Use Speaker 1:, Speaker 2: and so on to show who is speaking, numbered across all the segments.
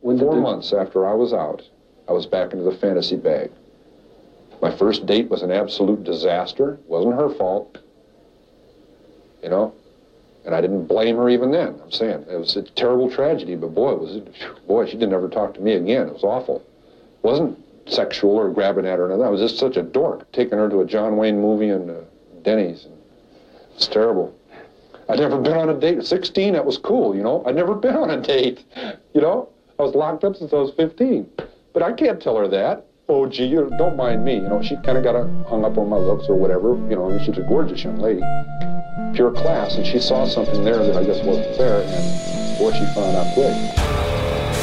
Speaker 1: Four months after I was out, I was back into the fantasy bag. My first date was an absolute disaster. Wasn't her fault. You know? And I didn't blame her even then. I'm saying it was a terrible tragedy, but boy, was it, boy, she didn't ever talk to me again. It was awful. wasn't sexual or grabbing at her or nothing. I was just such a dork, taking her to a John Wayne movie and uh, Denny's. It's terrible. I'd never been on a date. At 16, that was cool, you know? I'd never been on a date, you know? I was locked up since I was 15. But I can't tell her that. Oh, gee, you don't mind me. You know, she kind of got hung up on my looks or whatever. You know, I mean, she's a gorgeous young lady, pure class, and she saw something there that I guess wasn't there, and boy, she found out quick.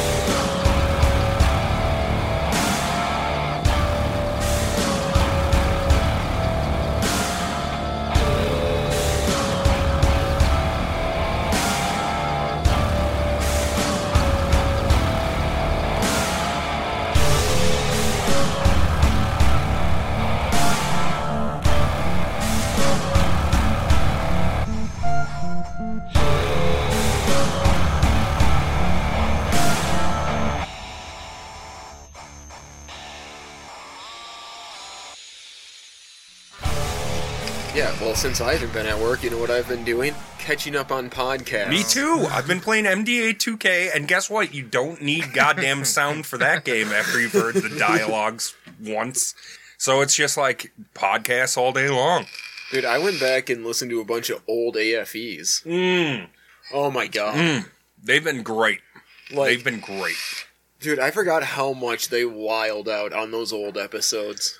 Speaker 2: Yeah, well, since I haven't been at work, you know what I've been doing? Catching up on podcasts.
Speaker 3: Me too. I've been playing MDA 2K, and guess what? You don't need goddamn sound for that game after you've heard the dialogues once. So it's just like podcasts all day long.
Speaker 2: Dude, I went back and listened to a bunch of old AFEs.
Speaker 3: Mm,
Speaker 2: Oh my god.
Speaker 3: they've been great.
Speaker 2: Like,
Speaker 3: They've been great.
Speaker 2: dude, I forgot how much they wild out on those old episodes.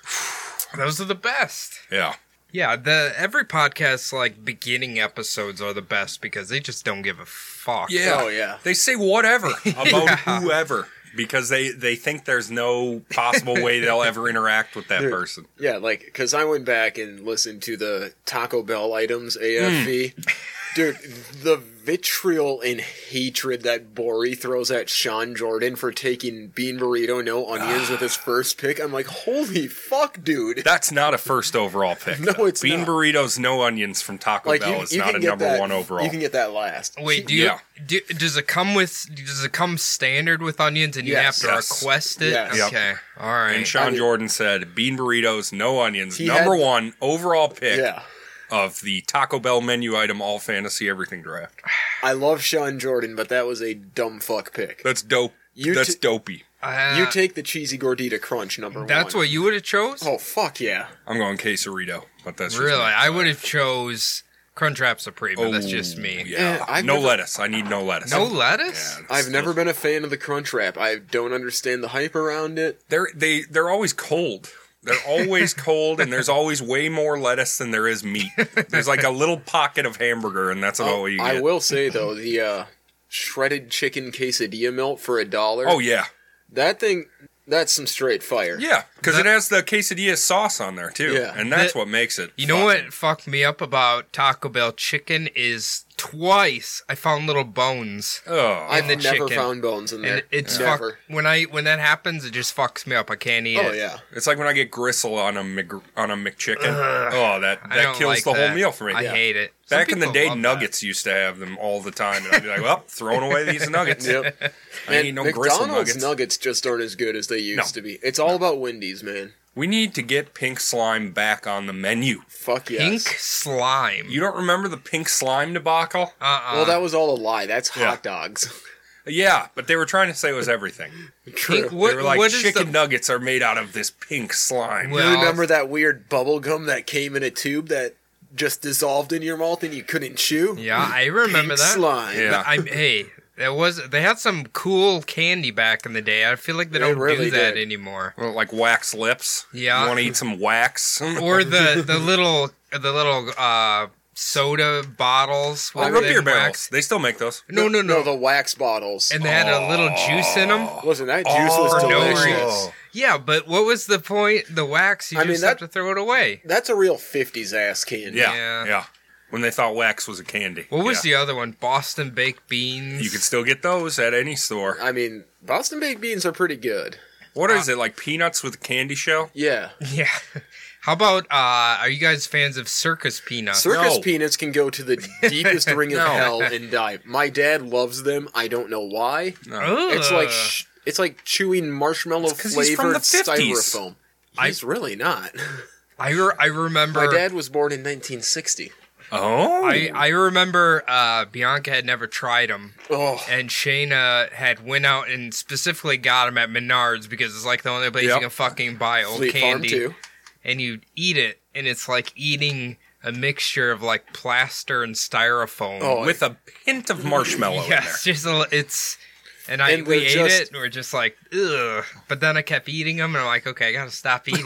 Speaker 4: Those are the best.
Speaker 3: Yeah.
Speaker 4: Yeah, the every podcast's like beginning episodes are the best because they just don't give a fuck.
Speaker 3: Yeah.
Speaker 2: Oh, yeah.
Speaker 3: They say whatever about whoever because they, they think there's no possible way they'll ever interact with that person.
Speaker 2: Yeah, like, because I went back and listened to the Taco Bell items AFE.
Speaker 3: Mm.
Speaker 2: Dude, the vitriol and hatred that Bori throws at Sean Jordan for taking bean burrito, no onions with his first pick. I'm like, holy fuck, dude.
Speaker 3: That's not a first overall pick.
Speaker 2: No,
Speaker 3: though.
Speaker 2: it's
Speaker 3: Bean
Speaker 2: not.
Speaker 3: burritos, no onions from Taco
Speaker 2: like, you,
Speaker 3: Bell is
Speaker 2: you
Speaker 3: not
Speaker 2: can
Speaker 3: a
Speaker 2: get
Speaker 3: number
Speaker 2: that,
Speaker 3: one overall.
Speaker 2: You can get that last.
Speaker 4: Wait, do you
Speaker 3: Yeah.
Speaker 4: do, does it come with does it come standard with onions and you
Speaker 2: Yes.
Speaker 4: have to
Speaker 3: Yes.
Speaker 4: request it?
Speaker 2: Yes. Yep.
Speaker 4: Okay. All right.
Speaker 3: And Sean
Speaker 2: I mean-
Speaker 3: Jordan said, "Bean burritos, no onions."
Speaker 2: He
Speaker 3: Number
Speaker 2: had-
Speaker 3: one overall pick
Speaker 2: Yeah.
Speaker 3: of the Taco Bell menu item, all fantasy, everything draft.
Speaker 2: I love Sean Jordan, but that was a dumb fuck pick.
Speaker 3: That's dope.
Speaker 2: You
Speaker 3: That's
Speaker 2: t-
Speaker 3: dopey.
Speaker 4: Uh,
Speaker 2: you take the cheesy gordita crunch number
Speaker 4: that's
Speaker 2: one.
Speaker 4: what you would have chose?
Speaker 2: Oh fuck yeah!
Speaker 3: I'm going quesarito, but that's just
Speaker 4: really?
Speaker 3: me.
Speaker 4: I would have chose Crunchwrap Supreme, but
Speaker 3: Oh,
Speaker 4: that's just me.
Speaker 3: Yeah,
Speaker 2: Eh, I've
Speaker 3: no
Speaker 2: never-
Speaker 3: lettuce. I need no lettuce.
Speaker 4: No lettuce?
Speaker 3: Yeah,
Speaker 2: I've never been a fan of the crunch wrap. I don't understand the hype around it.
Speaker 3: They're they they're always cold. They're always cold, and there's always way more lettuce than there is meat. There's like a little pocket of hamburger, and that's about what you get.
Speaker 2: Oh, I will say though, the uh, shredded chicken quesadilla melt for a dollar.
Speaker 3: Oh yeah,
Speaker 2: that thing. That's some straight fire.
Speaker 3: yeah, because it
Speaker 4: That-
Speaker 3: has the quesadilla sauce on there too,
Speaker 2: Yeah.
Speaker 3: and that's
Speaker 4: That-
Speaker 3: what makes it.
Speaker 4: You know
Speaker 3: fucking-
Speaker 4: what fucked me up about Taco Bell chicken is twice I found little bones.
Speaker 3: Oh,
Speaker 2: I've
Speaker 4: the
Speaker 2: never
Speaker 4: chicken.
Speaker 2: found bones in there.
Speaker 4: And it's fuck,
Speaker 2: Mm. never.
Speaker 4: when I when that happens, it just fucks me up. I can't eat
Speaker 2: Oh
Speaker 4: it.
Speaker 2: yeah.
Speaker 3: It's like when I get gristle on a Mc, on a McChicken. oh, that
Speaker 4: I
Speaker 3: that
Speaker 4: don't
Speaker 3: kills
Speaker 4: like
Speaker 3: the
Speaker 4: that.
Speaker 3: whole meal for me.
Speaker 4: I hate it. Some
Speaker 3: Back in the
Speaker 4: people
Speaker 3: day,
Speaker 4: love that.
Speaker 3: nuggets used to have them all the time, and I'd be like, "Well, throwing away these nuggets.
Speaker 2: Yep.
Speaker 3: I ain't
Speaker 2: Man,
Speaker 3: eating no gristle
Speaker 2: McDonald's
Speaker 3: nuggets."
Speaker 2: nuggets. just aren't as good as they used to
Speaker 3: No.
Speaker 2: be. It's all about Wendy's, man.
Speaker 3: We need to get pink slime back on the menu.
Speaker 2: Fuck yes.
Speaker 4: Pink slime.
Speaker 3: You don't remember the pink slime debacle?
Speaker 4: uh-uh.
Speaker 2: Well, that was all a lie. That's
Speaker 3: Yeah.
Speaker 2: hot dogs.
Speaker 3: Yeah, but they were trying to say it was everything.
Speaker 2: True.
Speaker 4: Pink- what-
Speaker 3: they were like,
Speaker 4: what is
Speaker 3: "Chicken
Speaker 4: the-
Speaker 3: nuggets are made out of this pink slime."
Speaker 4: Well-
Speaker 2: you remember that weird bubble gum that came in a tube that just dissolved in your mouth and you couldn't chew?
Speaker 4: Yeah, I remember
Speaker 2: Pink
Speaker 4: that.
Speaker 2: slime.
Speaker 3: Yeah.
Speaker 4: I, hey, that was they had some cool candy back in the day. I feel like they
Speaker 2: They
Speaker 4: don't
Speaker 2: really
Speaker 4: do that
Speaker 2: did.
Speaker 4: anymore.
Speaker 3: Well, like wax lips.
Speaker 4: Yeah.
Speaker 3: you want to eat some wax?
Speaker 4: Or the the little the little uh soda bottles.
Speaker 2: Oh,
Speaker 3: Well,
Speaker 4: with
Speaker 3: root
Speaker 4: the
Speaker 3: beer
Speaker 4: wax.
Speaker 3: barrels. They still make those.
Speaker 4: No, no, no.
Speaker 2: The wax Oh. bottles.
Speaker 4: and they had a little juice in them.
Speaker 2: Wasn't that juice was
Speaker 4: for no
Speaker 2: delicious?
Speaker 4: reason. Yeah, but what was the point? The wax, you
Speaker 2: I
Speaker 4: just
Speaker 2: mean,
Speaker 4: have
Speaker 2: that-
Speaker 4: to throw it away.
Speaker 2: That's a real '50s ass candy.
Speaker 3: Yeah, yeah.
Speaker 4: Yeah.
Speaker 3: When they thought wax was a candy.
Speaker 4: What was
Speaker 3: yeah.
Speaker 4: the other one? Boston baked beans.
Speaker 3: You could still get those at any store.
Speaker 2: I mean, Boston baked beans are pretty good.
Speaker 3: What is it like peanuts with a candy shell?
Speaker 2: Yeah,
Speaker 4: Yeah. How about uh are you guys fans of circus peanuts?
Speaker 2: circus
Speaker 3: No.
Speaker 2: peanuts can go to the deepest ring of
Speaker 3: No.
Speaker 2: hell and die. My dad loves them. I don't know why.
Speaker 3: No.
Speaker 4: Ugh.
Speaker 2: It's like sh- It's like chewing marshmallow
Speaker 3: Uh. 'cause he's from
Speaker 2: flavored
Speaker 3: the 50s.
Speaker 2: styrofoam. He's really not.
Speaker 4: I re- I remember
Speaker 2: My dad was born in 1960.
Speaker 3: Oh,
Speaker 4: I, I remember uh, Bianca had never tried them,
Speaker 2: Oh,
Speaker 4: and Shayna had went out and specifically got them at Menards because it's like the only place
Speaker 3: Yep.
Speaker 4: you can fucking buy old
Speaker 2: Fleet Farm
Speaker 4: candy,
Speaker 2: too.
Speaker 4: and you eat it, and it's like eating a mixture of like plaster and styrofoam.
Speaker 2: Oh,
Speaker 3: with a hint of marshmallow Oh, in there.
Speaker 4: yes, just a, li- it's. And I
Speaker 2: And
Speaker 4: we
Speaker 2: we're
Speaker 4: ate
Speaker 2: just-
Speaker 4: it, and we are just like, ugh. But then I kept eating them, and I'm like, okay, I gotta stop eating.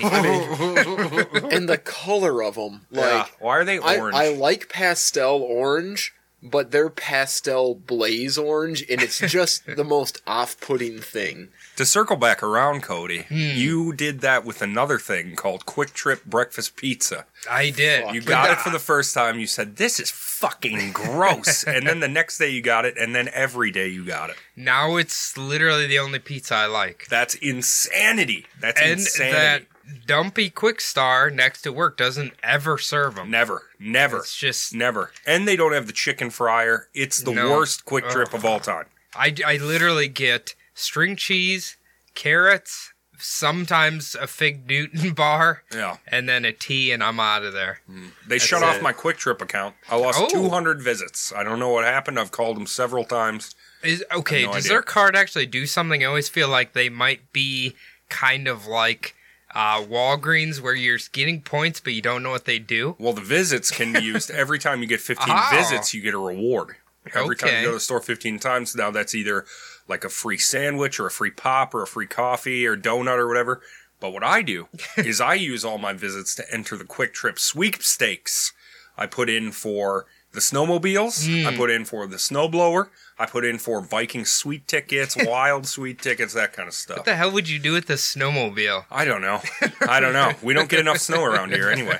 Speaker 2: and the color of them,
Speaker 3: Yeah.
Speaker 2: like
Speaker 3: Why are they
Speaker 2: I,
Speaker 3: orange?
Speaker 2: I like pastel orange, but they're pastel blaze orange, and it's just the most off-putting thing.
Speaker 3: to circle back around, Cody,
Speaker 4: Hmm.
Speaker 3: you did that with another thing called Quick Trip Breakfast Pizza.
Speaker 4: I did.
Speaker 3: You got it for the first time. You said, This is fucking gross. and then the next day you got it. And then every day you got it.
Speaker 4: Now it's literally the only pizza I like.
Speaker 3: That's insanity. That's
Speaker 4: and
Speaker 3: insanity.
Speaker 4: that dumpy quick star next to work doesn't ever serve them.
Speaker 3: never, never,
Speaker 4: It's just
Speaker 3: never. And they don't have the chicken fryer. It's the
Speaker 4: No.
Speaker 3: worst Quick Trip
Speaker 4: Ugh.
Speaker 3: of all time.
Speaker 4: I, I literally get string cheese, carrots, sometimes a fig Newton bar,
Speaker 3: Yeah.
Speaker 4: and then a tea, and I'm out of there.
Speaker 3: They shut off
Speaker 2: it.
Speaker 3: my Quick Trip account. I lost
Speaker 4: Oh.
Speaker 3: 200 visits. I don't know what happened. I've called them several times.
Speaker 4: Is okay?
Speaker 3: no
Speaker 4: does
Speaker 3: idea.
Speaker 4: their card actually do something? I always feel like they might be kind of like uh, Walgreens, where you're getting points, but you don't know what they do.
Speaker 3: Well, the visits can be used every time you get 15
Speaker 4: Ah.
Speaker 3: visits, you get a reward. Every time
Speaker 4: Okay.
Speaker 3: you go to the store 15 times, now that's either like a free sandwich or a free pop or a free coffee or donut or whatever. But what I do is I use all my visits to enter the Quick Trip sweepstakes. I put in for the snowmobiles, I put in for the snowblower, I put in for Viking sweet tickets, wild sweet tickets, that kind of stuff.
Speaker 4: What the hell would you do with the snowmobile?
Speaker 3: I don't know. I don't know. We don't get enough snow around here anyway.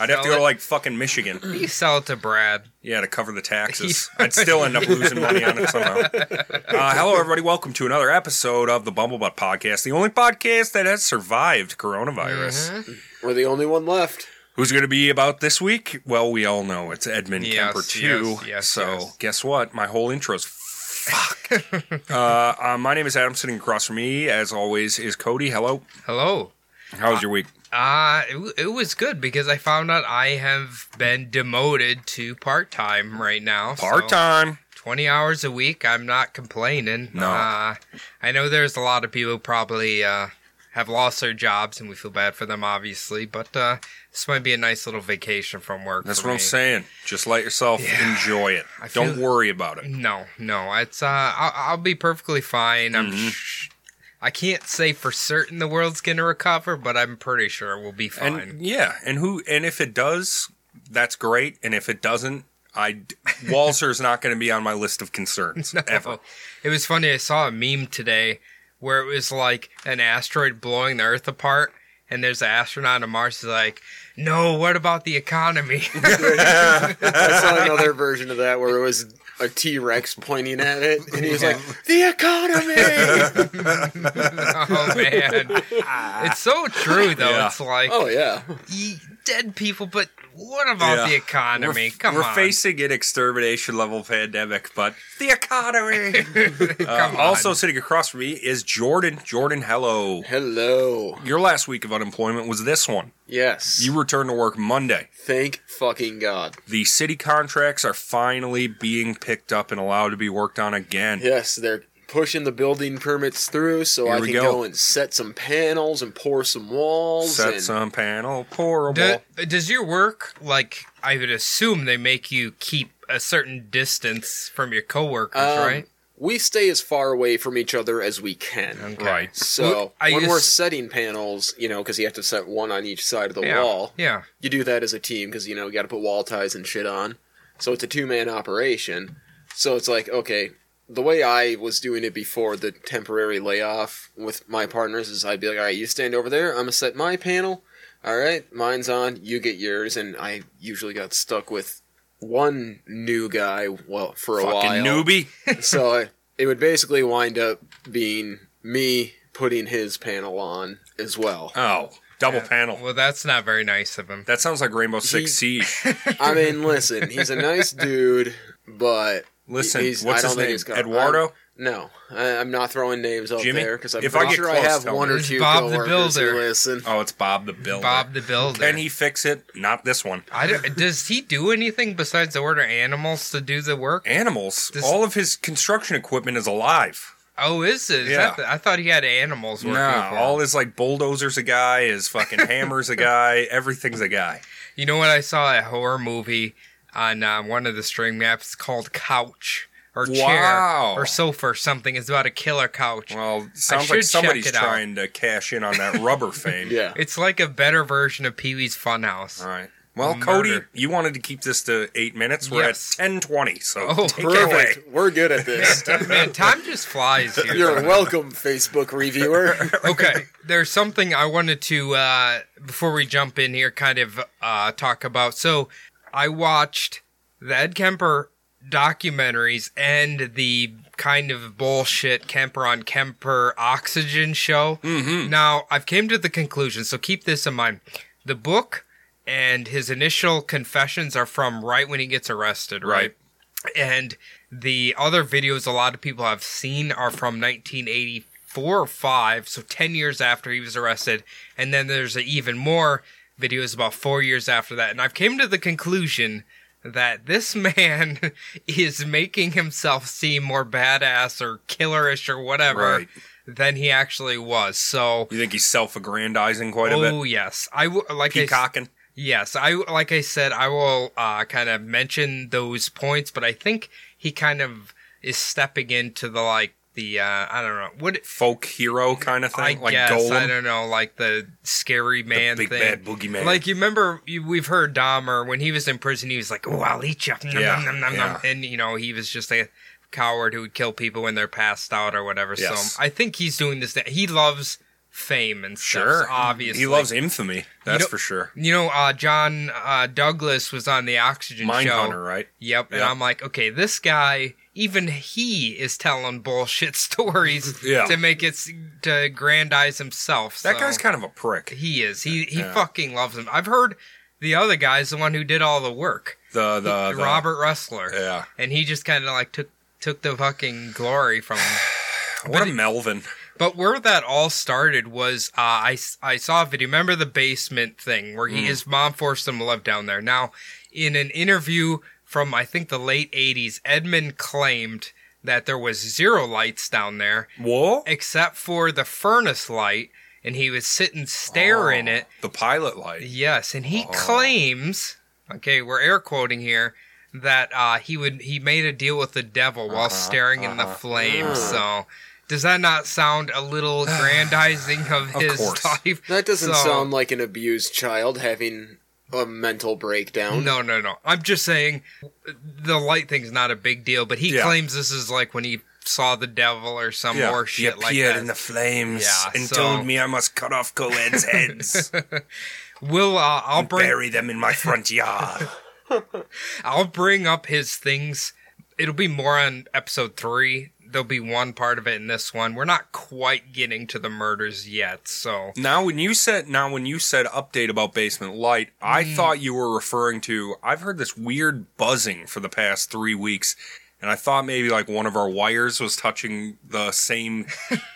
Speaker 3: I'd have to go to like fucking Michigan.
Speaker 4: You sell it to Brad.
Speaker 3: Yeah, to cover the taxes. I'd still end up losing money on it somehow. Uh, hello, everybody. Welcome to another episode of the Bumblebutt Podcast, the only podcast that has survived coronavirus.
Speaker 4: Mm-hmm.
Speaker 2: We're the only one left.
Speaker 3: Who's going to be about this week? Well, we all know it's Edmund
Speaker 4: Yes,
Speaker 3: Kemper 2.
Speaker 4: yes, yes,
Speaker 3: so
Speaker 4: yes.
Speaker 3: guess what? My whole intro's fuck. uh, uh, my name is Adam. Sitting across from me, as always, is Cody. Hello.
Speaker 4: Hello.
Speaker 3: How was your week?
Speaker 4: Uh, it, w- it was good because I found out I have been demoted to part time right now. so
Speaker 3: Part time.
Speaker 4: 20 hours a week. I'm not complaining.
Speaker 3: No.
Speaker 4: Uh, I know there's a lot of people who probably uh, have lost their jobs and we feel bad for them, obviously, but uh, this might be a nice little vacation from work.
Speaker 3: That's
Speaker 4: for
Speaker 3: what
Speaker 4: me.
Speaker 3: I'm saying. Just let yourself enjoy it.
Speaker 4: I feel-
Speaker 3: Don't worry about it.
Speaker 4: No, no. It's, uh, I'll, I'll be perfectly fine. I'm
Speaker 3: Mm-hmm.
Speaker 4: sh- I can't say for certain the world's going to recover, but I'm pretty sure we'll be fine.
Speaker 3: And yeah, and who and if it does, that's great. And if it doesn't, I Walzer's not going to be on my list of concerns ever.
Speaker 4: Oh. It was funny. I saw a meme today where it was like an asteroid blowing the Earth apart, and there's an astronaut on Mars who's like, "No, what about the economy?"
Speaker 2: I saw another version of that where it was a T Rex pointing at it, and he was like, "The economy."
Speaker 4: oh man, it's so true though.
Speaker 3: Yeah.
Speaker 4: It's like
Speaker 2: oh yeah,
Speaker 4: ye- dead people, but what about
Speaker 3: Yeah.
Speaker 4: the economy?
Speaker 3: we're,
Speaker 4: Come
Speaker 3: we're
Speaker 4: on,
Speaker 3: facing an extermination level pandemic, but the economy.
Speaker 4: come on.
Speaker 3: uh, also sitting across from me is Jordan. Jordan, hello.
Speaker 2: hello.
Speaker 3: Your last week of unemployment was this one.
Speaker 2: Yes,
Speaker 3: You returned to work Monday.
Speaker 2: thank fucking god.
Speaker 3: The city contracts are finally being picked up and allowed to be worked on again.
Speaker 2: Yes, they're pushing the building permits through so
Speaker 3: Here
Speaker 2: I
Speaker 3: we
Speaker 2: can
Speaker 3: go.
Speaker 2: go. and set some panels and pour some walls.
Speaker 3: Set
Speaker 2: and
Speaker 3: some panel, pourable.
Speaker 4: Do- does your work like I would assume they make you keep a certain distance from your coworkers,
Speaker 2: Um,
Speaker 4: right?
Speaker 2: We stay as far away from each other as we can.
Speaker 4: Okay.
Speaker 3: Right.
Speaker 2: So
Speaker 4: I
Speaker 2: when we're
Speaker 4: just-
Speaker 2: setting panels, you know, because you have to set one on each side of the
Speaker 4: Yeah.
Speaker 2: wall.
Speaker 4: Yeah.
Speaker 2: you do that as a team because you know you got to put wall ties and shit on. So it's a two man operation. So it's like okay, the way I was doing it before the temporary layoff with my partners is I'd be like, all right, you stand over there, I'm gonna set my panel. All right, mine's on, you get yours, and I usually got stuck with one new guy well for a
Speaker 3: Fucking
Speaker 2: while.
Speaker 3: newbie.
Speaker 2: so I, it would basically wind up being me putting his panel on as well.
Speaker 3: Oh, double panel.
Speaker 4: Well, that's not very nice of him.
Speaker 3: That sounds like Rainbow Six Siege.
Speaker 2: I mean, listen, he's a nice dude, but
Speaker 3: Listen,
Speaker 2: He's- I
Speaker 3: what's
Speaker 2: don't
Speaker 3: his
Speaker 2: think
Speaker 3: name?
Speaker 2: he's got-
Speaker 3: Eduardo?
Speaker 2: No, I, I'm not throwing names out
Speaker 3: Jimmy,
Speaker 2: there because I'm
Speaker 3: if I
Speaker 2: pretty
Speaker 3: get
Speaker 2: sure I
Speaker 3: close,
Speaker 2: have
Speaker 3: tell
Speaker 2: one
Speaker 3: me.
Speaker 2: or
Speaker 4: It's
Speaker 2: two
Speaker 4: Bob the
Speaker 2: coworkers who
Speaker 4: Builder.
Speaker 2: listen.
Speaker 3: Oh, it's Bob the Builder.
Speaker 4: Bob the Builder.
Speaker 3: Can he fix it? Not this one.
Speaker 4: I don't, does he do anything besides order animals to do the work?
Speaker 3: Animals.
Speaker 4: This-
Speaker 3: All of his construction equipment is alive.
Speaker 4: Oh, is it? Is
Speaker 3: Yeah.
Speaker 4: that the- I thought he had animals working
Speaker 3: Nah,
Speaker 4: for him.
Speaker 3: all his like bulldozers a guy, his fucking hammers a guy, everything's a guy.
Speaker 4: You know what? I saw a horror movie on uh, one of the string maps called Couch or
Speaker 3: Wow.
Speaker 4: Chair or Sofa or something. It's about a killer couch.
Speaker 3: Well, sounds
Speaker 4: should
Speaker 3: like
Speaker 4: check
Speaker 3: somebody's
Speaker 4: it out.
Speaker 3: trying to cash in on that rubber fame.
Speaker 2: Yeah.
Speaker 4: It's like a better version of Pee Wee's Funhouse.
Speaker 3: All right. Well,
Speaker 4: Murder.
Speaker 3: Cody, you wanted to keep this to eight minutes. We're
Speaker 4: Yes.
Speaker 3: at ten twenty, so
Speaker 4: Oh,
Speaker 3: take it away.
Speaker 2: Perfect. We're good at this.
Speaker 4: Man, time just flies here.
Speaker 2: You're welcome, Facebook reviewer.
Speaker 4: okay. There's something I wanted to uh, before we jump in here, kind of uh, talk about. So I watched the Ed Kemper documentaries and the kind of bullshit Kemper on Kemper Oxygen show. Mm-hmm. Now I've came to the conclusion. So keep this in mind. The book and his initial confessions are from right when he gets arrested, right? And the other videos a lot of people have seen are from 1984 or 5, so 10 years after he was arrested. And then there's even more videos about 4 years after that. And I've came to the conclusion that this man is making himself seem more badass or killerish or whatever
Speaker 3: Right.
Speaker 4: than he actually was. So
Speaker 3: You think he's self-aggrandizing quite a
Speaker 4: Oh
Speaker 3: bit?
Speaker 4: yes, I w- like I s-
Speaker 3: Peacocking.
Speaker 4: Yes, I like I said, I will uh, kind of mention those points, but I think he kind of is stepping into the like the uh, I don't know what
Speaker 3: folk hero kind of
Speaker 4: I
Speaker 3: thing, like
Speaker 4: guess
Speaker 3: Golem,
Speaker 4: I don't know like the scary man
Speaker 3: big
Speaker 4: thing.
Speaker 3: bad boogeyman.
Speaker 4: Like you remember, you, we've heard Dahmer when he was in prison. He was like, "Oh, I'll eat you," Nom, nom,
Speaker 3: Yeah,
Speaker 4: nom, nom, nom.
Speaker 3: yeah.
Speaker 4: and you know he was just a coward who would kill people when they're passed out or whatever.
Speaker 3: Yes.
Speaker 4: So I think he's doing this. He loves fame and stuff.
Speaker 3: sure,
Speaker 4: so obviously
Speaker 3: he loves infamy. That's
Speaker 4: don't-
Speaker 3: for sure.
Speaker 4: you know, uh, John uh, Douglas was on the Oxygen show.
Speaker 3: Mindhunter, right?
Speaker 4: Yep, and
Speaker 3: Yep.
Speaker 4: I'm like, okay, this guy, even he is telling bullshit stories
Speaker 3: Yeah.
Speaker 4: to make it s- to aggrandize himself.
Speaker 3: That
Speaker 4: so-
Speaker 3: guy's kind of a prick.
Speaker 4: he is he he
Speaker 3: Yeah.
Speaker 4: fucking loves him. I've heard the other guy's the one who did all the work,
Speaker 3: The the, the
Speaker 4: Robert Rustler,
Speaker 3: Yeah.
Speaker 4: and he just kind of like took took the fucking glory from him.
Speaker 3: What a Melvin.
Speaker 4: But where that all started was uh, I, s- I saw a video. Remember the basement thing where he, his mom forced him to live down there? Now, in an interview from, I think, the late 80s, Edmund claimed that there was zero lights down there
Speaker 3: Whoa.
Speaker 4: except for the furnace light, and he was sitting staring
Speaker 3: Oh,
Speaker 4: at it.
Speaker 3: The pilot light.
Speaker 4: Yes, and
Speaker 3: Oh.
Speaker 4: he claims, okay, we're air quoting here, that uh, he would he made a deal with the devil
Speaker 3: Uh-huh,
Speaker 4: while staring in the flames.
Speaker 3: Mm.
Speaker 4: So, does that not sound a little aggrandizing of,
Speaker 3: Of
Speaker 4: his
Speaker 3: course.
Speaker 4: life?
Speaker 2: That doesn't
Speaker 4: So-
Speaker 2: sound like an abused child having a mental breakdown.
Speaker 4: No, no, no. I'm just saying the light thing's not a big deal, but he
Speaker 3: Yeah.
Speaker 4: claims this is like when he saw the devil or some more
Speaker 3: He
Speaker 4: shit like
Speaker 3: appeared
Speaker 4: that.
Speaker 3: in the flames
Speaker 4: Yeah,
Speaker 3: and
Speaker 4: so-
Speaker 3: told me I must cut off co-eds' heads and
Speaker 4: we'll uh, I'll bring
Speaker 3: bury them in my front yard.
Speaker 4: I'll bring up his things. It'll be more on episode three. There'll be one part of it in this one. We're not quite getting to the murders yet, so
Speaker 3: now when you said now when you said update about basement light, I thought you were referring to I've heard this weird buzzing for the past 3 weeks and I thought maybe like one of our wires was touching the same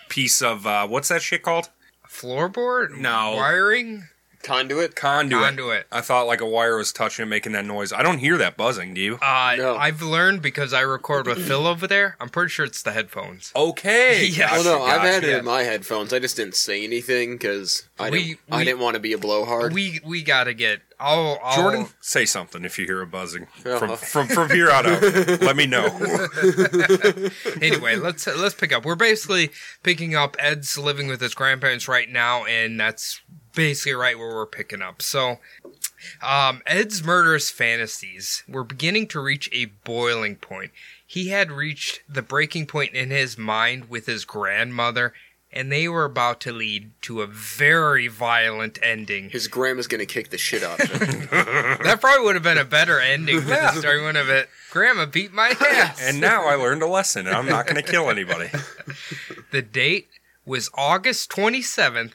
Speaker 3: piece of uh, what's that shit called?
Speaker 4: floorboard,
Speaker 3: No.
Speaker 4: wiring,
Speaker 2: Conduit?
Speaker 3: Conduit.
Speaker 4: conduit.
Speaker 3: I thought like a wire was touching it making that noise. I don't hear that buzzing, do you?
Speaker 4: Uh,
Speaker 2: No.
Speaker 4: I've learned because I record with Phil over there. I'm pretty sure it's the headphones.
Speaker 3: Okay.
Speaker 4: Yeah.
Speaker 2: Oh
Speaker 3: Gotcha,
Speaker 2: no, I've had
Speaker 3: gotcha.
Speaker 2: it in my headphones. I just didn't say anything because I
Speaker 4: We-
Speaker 2: didn't. I
Speaker 4: we-
Speaker 2: didn't want to be a blowhard.
Speaker 4: We we gotta get. I'll, I'll
Speaker 3: Jordan,
Speaker 2: Oh.
Speaker 3: say something if you hear a buzzing
Speaker 2: Uh-huh.
Speaker 3: from from from here on out. Let me know.
Speaker 4: anyway, let's let's pick up. We're basically picking up Ed's living with his grandparents right now, and that's basically right where we're picking up. So, um, Ed's murderous fantasies were beginning to reach a boiling point. He had reached the breaking point in his mind with his grandmother, and they were about to lead to a very violent ending.
Speaker 2: His grandma's gonna kick the shit out of him.
Speaker 4: That probably would have been a better ending to the story. One of it, Grandma beat my ass.
Speaker 3: And now I learned a lesson, and I'm not going to kill anybody.
Speaker 4: The date was August 27th,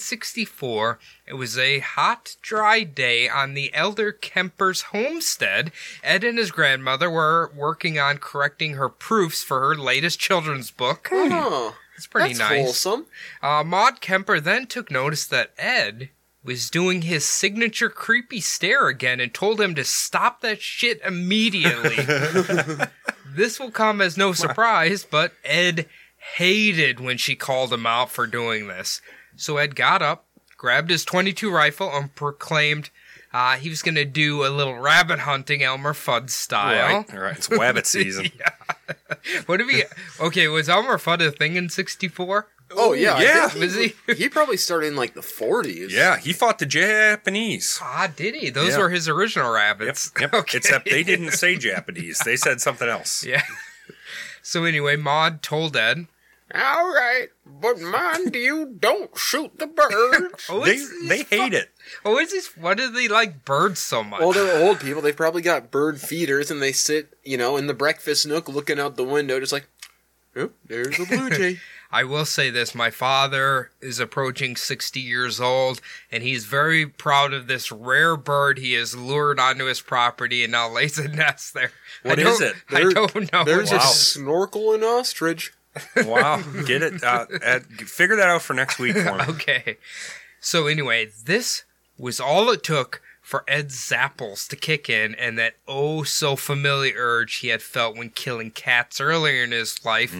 Speaker 4: 1964. It was a hot, dry day on the elder Kemper's homestead. Ed and his grandmother were working on correcting her proofs for her latest children's book.
Speaker 2: Oh,
Speaker 4: It's pretty
Speaker 2: that's
Speaker 4: nice.
Speaker 2: wholesome.
Speaker 4: Uh, Maud Kemper then took notice that Ed was doing his signature creepy stare again and told him to stop that shit immediately. this will come as no surprise, but Ed hated when she called him out for doing this. So Ed got up, grabbed his 22 rifle, and proclaimed uh, he was going to do a little rabbit hunting Elmer Fudd style.
Speaker 3: Right, right. It's wabbit season.
Speaker 4: What if he? Okay, was Elmer Fudd a thing in '64?
Speaker 2: Oh yeah, I
Speaker 3: yeah.
Speaker 2: think
Speaker 4: Was he?
Speaker 2: he, he probably started in like the forties.
Speaker 3: Yeah, he fought the Japanese.
Speaker 4: Ah, did he? Those
Speaker 3: Yeah.
Speaker 4: were his original
Speaker 3: Yep,
Speaker 4: rabbits.
Speaker 3: yep. Except they didn't say Japanese. They said something else.
Speaker 4: Yeah. So anyway, Maud told Ed.
Speaker 2: All right, but mind you, don't shoot the birds.
Speaker 4: Oh,
Speaker 3: They
Speaker 4: it's
Speaker 3: they hate it.
Speaker 4: Oh, is this? Why do they like birds so much?
Speaker 2: well, they're old people. They've probably got bird feeders, and they sit, you know, in the breakfast nook, looking out the window, just like, oh, there's a blue jay.
Speaker 4: I will say this: my father is approaching sixty years old, and he's very proud of this rare bird he has lured onto his property and now lays a nest there.
Speaker 3: What
Speaker 4: I
Speaker 3: is
Speaker 4: don't-
Speaker 3: it?
Speaker 4: I
Speaker 2: There-
Speaker 4: don't know.
Speaker 2: There's a
Speaker 3: Wow.
Speaker 2: snorkel and ostrich.
Speaker 3: Wow, get it? Uh, Ed, figure that out for next week for me.
Speaker 4: okay. So anyway, this was all it took for Ed Zappels to kick in and that oh so familiar urge he had felt when killing cats earlier in his life.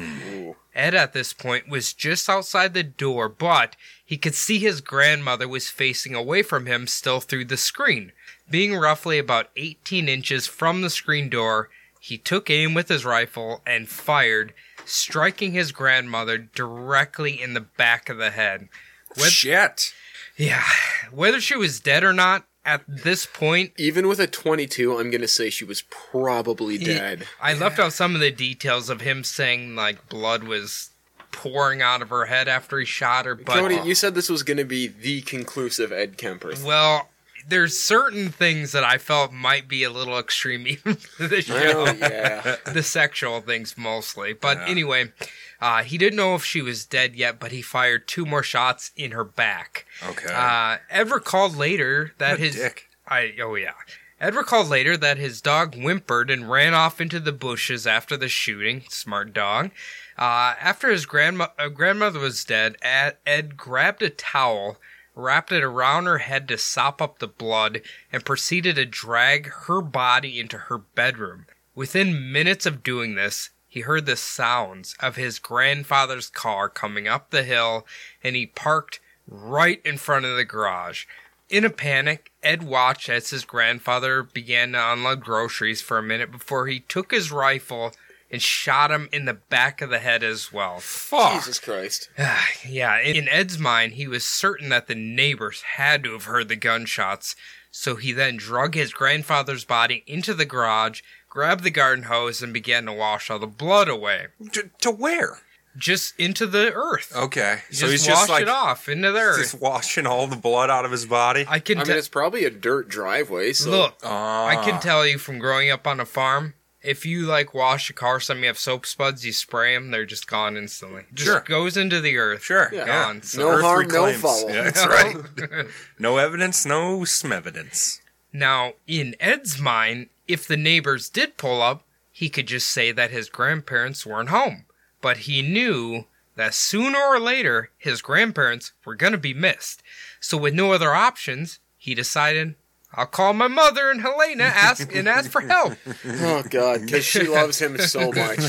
Speaker 4: Ed at this point was just outside the door, but he could see his grandmother was facing away from him still through the screen. Being roughly about 18 inches from the screen door, he took aim with his rifle and fired, striking his grandmother directly in the back of the head. What-
Speaker 3: Shit.
Speaker 4: Yeah, whether she was dead or not, at this point,
Speaker 2: Even with a 22, I'm gonna say she was probably dead.
Speaker 4: I left out some of the details of him saying like blood was pouring out of her head after he shot her. But
Speaker 2: Cody, you said this was gonna be the conclusive Ed Kemper.
Speaker 4: well, there's certain things that I felt might be a little extreme, even for the show.
Speaker 2: Oh yeah.
Speaker 4: the sexual things mostly. But
Speaker 3: Yeah.
Speaker 4: anyway, uh, he didn't know if she was dead yet, but he fired two more shots in her back.
Speaker 3: Okay.
Speaker 4: Uh, Ed recalled later that
Speaker 3: What a
Speaker 4: his
Speaker 3: dick.
Speaker 4: I oh yeah. Ed recalled later that his dog whimpered and ran off into the bushes after the shooting. Smart dog. Uh, after his grandma, uh, grandmother was dead, Ed, Ed grabbed a towel, wrapped it around her head to sop up the blood, and proceeded to drag her body into her bedroom. Within minutes of doing this, he heard the sounds of his grandfather's car coming up the hill, and he parked right in front of the garage. In a panic, Ed watched as his grandfather began to unload groceries for a minute before he took his rifle and shot him in the back of the head as well. Fuck.
Speaker 2: Jesus Christ.
Speaker 4: yeah, in in Ed's mind, he was certain that the neighbors had to have heard the gunshots, so he then drug his grandfather's body into the garage, grabbed the garden hose, and began to wash all the blood away.
Speaker 3: to, to where?
Speaker 4: Just into the earth.
Speaker 3: Okay. Oh,
Speaker 4: He
Speaker 3: So
Speaker 4: just
Speaker 3: he's
Speaker 4: washed
Speaker 3: just like
Speaker 4: it off into the earth.
Speaker 3: just washing all the blood out of his body.
Speaker 4: I can
Speaker 2: I mean,
Speaker 4: te-
Speaker 2: it's probably a dirt driveway. So
Speaker 4: look.
Speaker 3: Ah.
Speaker 4: I can tell you from growing up on a farm, if you like wash a car, some you have soap spuds, you spray them, they're just gone instantly. Just
Speaker 3: Sure.
Speaker 4: goes into the earth.
Speaker 3: Sure.
Speaker 2: Yeah.
Speaker 4: Gone. So-
Speaker 2: No
Speaker 3: Earthly
Speaker 2: harm, no
Speaker 3: claims.
Speaker 2: foul.
Speaker 3: Yeah, that's right. no evidence, no smevidence.
Speaker 4: Now, in Ed's mind, if the neighbors did pull up, he could just say that his grandparents weren't home. But he knew that sooner or later, his grandparents were going to be missed. So, with no other options, he decided, I'll call my mother and Helena ask, and ask for help.
Speaker 2: oh god, because she loves him so much.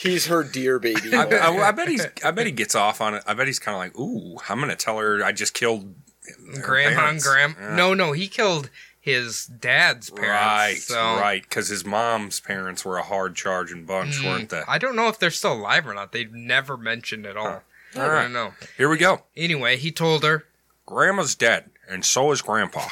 Speaker 2: He's her dear baby.
Speaker 3: I, I- I bet he's. I bet he gets off on it. I bet he's kind of like, ooh, I'm gonna tell her I just killed her
Speaker 4: grandma and
Speaker 3: parents."
Speaker 4: gram.
Speaker 3: Yeah.
Speaker 4: No, no, he killed his dad's parents.
Speaker 3: Right,
Speaker 4: so-
Speaker 3: right. Because his mom's parents were a hard charging bunch, weren't they?
Speaker 4: Mm, I don't know if they're still alive or not. They've never mentioned at all. I
Speaker 3: Alright.
Speaker 4: don't know.
Speaker 3: Here we go.
Speaker 4: Anyway, he told her,
Speaker 3: Grandma's dead, and so is Grandpa.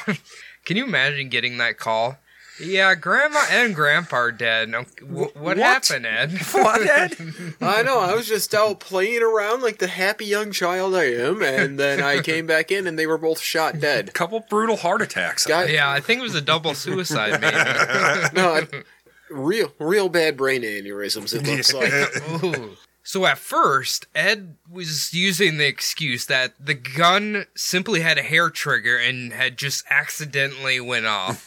Speaker 4: "Can you imagine getting that call?" Yeah, grandma and grandpa are dead. No, wh- what happened, Ed?
Speaker 3: what? Ed?
Speaker 2: I know. I was just out playing around like the happy young child I am, and then I came back in, and they were both shot dead.
Speaker 3: Couple brutal heart attacks.
Speaker 2: God,
Speaker 4: Yeah, I think it was a double suicide. Maybe.
Speaker 2: no, I- real, real bad brain aneurysms. It looks like.
Speaker 4: Ooh. So at first, Ed was using the excuse that the gun simply had a hair trigger and had just accidentally went off.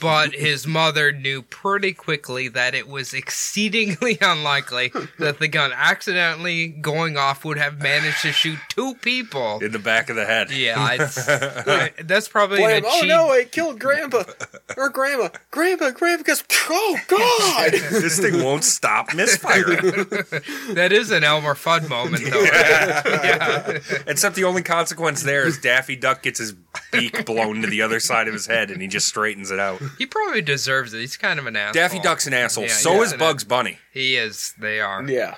Speaker 4: but his mother knew pretty quickly that it was exceedingly unlikely that the gun accidentally going off would have managed to shoot two people.
Speaker 3: in the back of the head.
Speaker 4: Yeah, it's, I- that's probably
Speaker 2: Blame,
Speaker 4: an
Speaker 2: oh
Speaker 4: achieve-
Speaker 2: no, I killed grandpa or grandma, grandpa, grandpa goes, oh god.
Speaker 3: this thing won't stop misfiring.
Speaker 4: that is an Elmer Fudd moment though.
Speaker 3: Except the only consequence there is Daffy Duck gets his beak blown to the other side of his head and he just straightens it out.
Speaker 4: He probably deserves it. He's kind of an asshole.
Speaker 3: Daffy Duck's an asshole.
Speaker 4: Oh, Yeah,
Speaker 3: so
Speaker 4: yeah.
Speaker 3: is Bugs Bunny.
Speaker 4: He is. They are.
Speaker 2: yeah.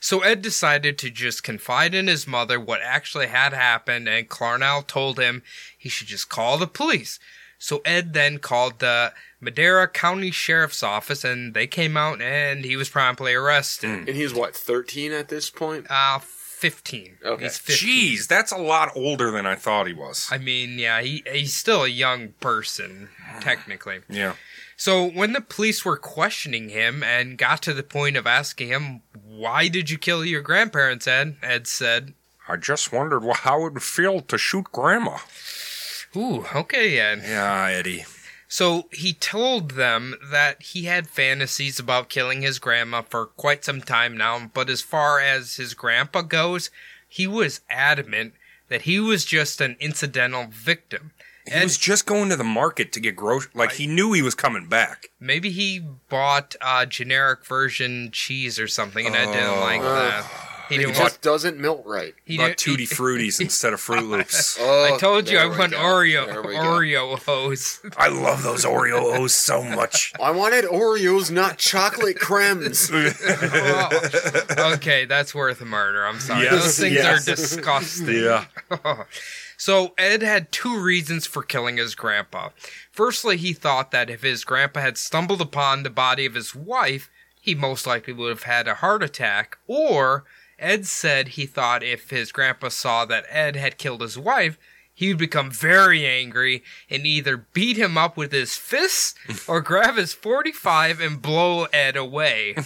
Speaker 4: So Ed decided to just confide in his mother what actually had happened, and Clarnell told him he should just call the police. So Ed then called the Madera County Sheriff's Office, and they came out, and he was promptly
Speaker 3: Hmm.
Speaker 4: arrested.
Speaker 2: And he's what, 13 at this point?
Speaker 4: Uh, 15.
Speaker 2: Okay.
Speaker 4: He's 15.
Speaker 3: Jeez, that's a lot older than I thought he was.
Speaker 4: I mean, yeah, he, he's still a young person, technically.
Speaker 3: yeah.
Speaker 4: So when the police were questioning him and got to the point of asking him, why did you kill your grandparents, Ed? Ed said,
Speaker 3: I just wondered wh- how it would feel to shoot Grandma.
Speaker 4: ooh, okay, Ed.
Speaker 3: Yeah, Eddie.
Speaker 4: So he told them that he had fantasies about killing his grandma for quite some time now, but as far as his grandpa goes, he was adamant that he was just an incidental victim.
Speaker 3: He
Speaker 4: Ed-
Speaker 3: was just going to the market to get groceries. Like, he knew he was coming back.
Speaker 4: Maybe he bought a generic version cheese or something, and I didn't like that. He
Speaker 2: It
Speaker 4: didn't want.
Speaker 2: just doesn't melt right.
Speaker 4: He
Speaker 3: Oh. Bought
Speaker 4: didn't-
Speaker 3: Tutti Fruities instead of Fruit Loops.
Speaker 2: Oh,
Speaker 4: I told you I
Speaker 2: there we
Speaker 4: want
Speaker 2: go.
Speaker 4: Oreo
Speaker 2: There we go.
Speaker 4: Oreo hose.
Speaker 3: I love those Oreo O's so much.
Speaker 2: I wanted Oreos, not chocolate cremes.
Speaker 4: okay, that's worth a murder. I'm sorry.
Speaker 3: Yes,
Speaker 4: Those things
Speaker 3: yes.
Speaker 4: are disgusting.
Speaker 3: Yeah.
Speaker 4: So Ed had two reasons for killing his grandpa. Firstly, he thought that if his grandpa had stumbled upon the body of his wife, he most likely would have had a heart attack. Or Ed said he thought if his grandpa saw that Ed had killed his wife, he would become very angry and either beat him up with his fists or grab his 45 and blow Ed away.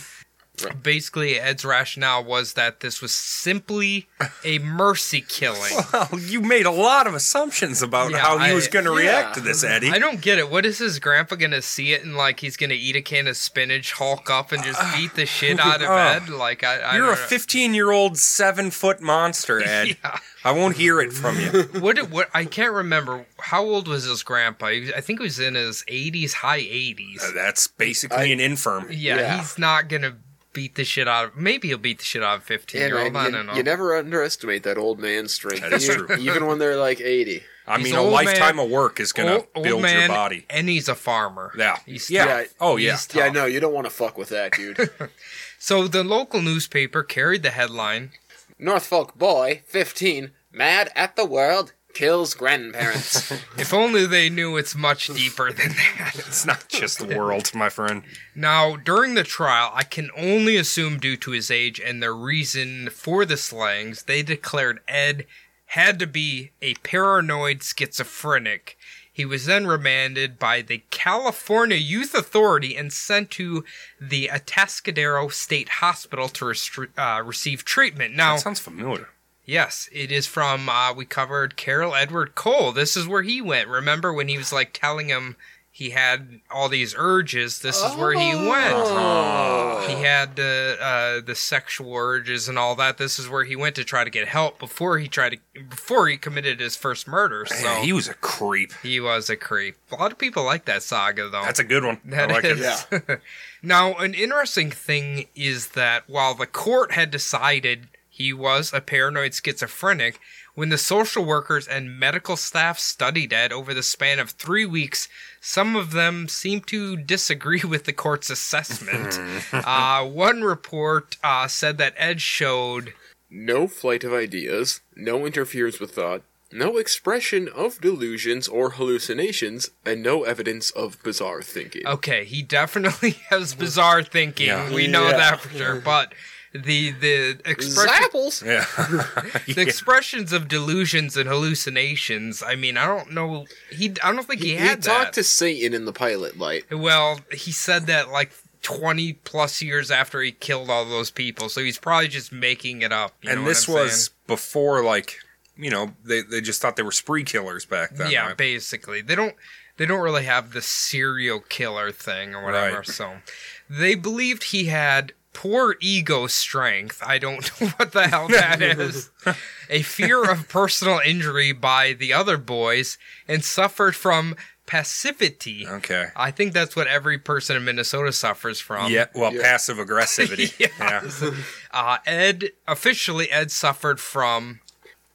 Speaker 4: Basically, Ed's rationale was that this was simply a mercy killing.
Speaker 3: Well, you made a lot of assumptions about
Speaker 4: Yeah,
Speaker 3: how he
Speaker 4: I-
Speaker 3: was going to react
Speaker 2: yeah.
Speaker 3: to this, Eddie.
Speaker 4: I don't get it. What is his grandpa gonna see it and like he's gonna eat a can of spinach, hulk up, and just beat the shit out of
Speaker 3: uh,
Speaker 4: Ed? Like I, I
Speaker 3: You're a
Speaker 4: don't know.
Speaker 3: 15 year old, seven foot monster, Ed. I won't hear it from you.
Speaker 4: What? did- What? I can't remember. How old was his grandpa? He was, I think he was in his 80s, high 80s.
Speaker 3: That's basically an infirm.
Speaker 4: Yeah,
Speaker 2: yeah.
Speaker 4: he's not gonna beat the shit out of. Maybe he'll beat the shit out of 15
Speaker 2: And
Speaker 4: year old. I
Speaker 2: I-
Speaker 4: don't know.
Speaker 2: you, you never underestimate that old man's strength.
Speaker 3: That is
Speaker 2: e-
Speaker 3: true.
Speaker 2: Even when they're like 80.
Speaker 3: I
Speaker 4: He's
Speaker 3: mean,
Speaker 4: an
Speaker 3: a
Speaker 4: old
Speaker 3: lifetime
Speaker 4: man-
Speaker 3: of work is going
Speaker 4: Old-
Speaker 3: to
Speaker 4: old
Speaker 3: build your
Speaker 4: man,
Speaker 3: body.
Speaker 4: and he's a farmer.
Speaker 3: Yeah.
Speaker 4: he's
Speaker 3: Yeah.
Speaker 2: Yeah.
Speaker 3: Oh, yeah.
Speaker 4: He's
Speaker 2: Yeah,
Speaker 4: tough.
Speaker 2: no, you don't want to fuck with that, dude.
Speaker 4: So the local newspaper carried the headline.
Speaker 2: Norfolk boy, 15, mad at the world, kills grandparents.
Speaker 4: If only they knew it's much deeper than that.
Speaker 3: It's not just the world, my friend.
Speaker 4: Now, during the trial, I can only assume due to his age and the reason for the slangs, they declared Ed had to be a paranoid schizophrenic. He was then remanded by the California Youth Authority and sent to the Atascadero State Hospital to restri- uh, receive treatment. Now,
Speaker 3: That sounds familiar.
Speaker 4: yes, it is from, uh, we covered Carol Edward Cole. This is where he went. Remember when he was like telling him he had all these urges? This is where he went he had uh, uh, the sexual urges and all that. This is where he went to try to get help before he tried to before he committed his first murder. So
Speaker 3: Yeah, he
Speaker 4: he,
Speaker 3: was a creep.
Speaker 4: was a creep. A lot of people like that saga though.
Speaker 3: That's a good one.
Speaker 4: That
Speaker 3: Oh, I like
Speaker 4: is-
Speaker 3: it.
Speaker 4: now, an interesting thing is that while the court had decided he was a paranoid schizophrenic, when the social workers and medical staff studied Ed over the span of three weeks, some of them seemed to disagree with the court's assessment. uh, one report uh, said that Ed showed
Speaker 2: no flight of ideas, no interference with thought, no expression of delusions or hallucinations, and no evidence of bizarre thinking.
Speaker 4: Okay, he definitely has bizarre thinking.
Speaker 3: Yeah.
Speaker 4: We know
Speaker 2: Yeah.
Speaker 4: that for sure. But the the expression,
Speaker 2: Zapples!
Speaker 3: Yeah.
Speaker 4: the expressions of delusions and hallucinations. I mean, I don't know. He I don't think he,
Speaker 2: He
Speaker 4: had
Speaker 2: talked
Speaker 4: that.
Speaker 2: to Satan in the pilot light.
Speaker 4: well, he said that like 20 plus years after he killed all those people. So he's probably just making it up. you know
Speaker 3: and
Speaker 4: what
Speaker 3: this
Speaker 4: I'm
Speaker 3: was before, like, you know, they, they just thought they were spree killers back then.
Speaker 4: saying? yeah,
Speaker 3: right?
Speaker 4: basically. They don't they don't really have the serial killer thing or whatever.
Speaker 3: Right.
Speaker 4: So they believed he had poor ego strength. I don't know what the hell that is. A fear of personal injury by the other boys and suffered from passivity.
Speaker 3: Okay.
Speaker 4: I think that's what every person in Minnesota suffers from.
Speaker 3: yeah. Well,
Speaker 2: Yeah.
Speaker 3: passive aggressivity. yeah.
Speaker 4: Uh, Ed officially Ed suffered from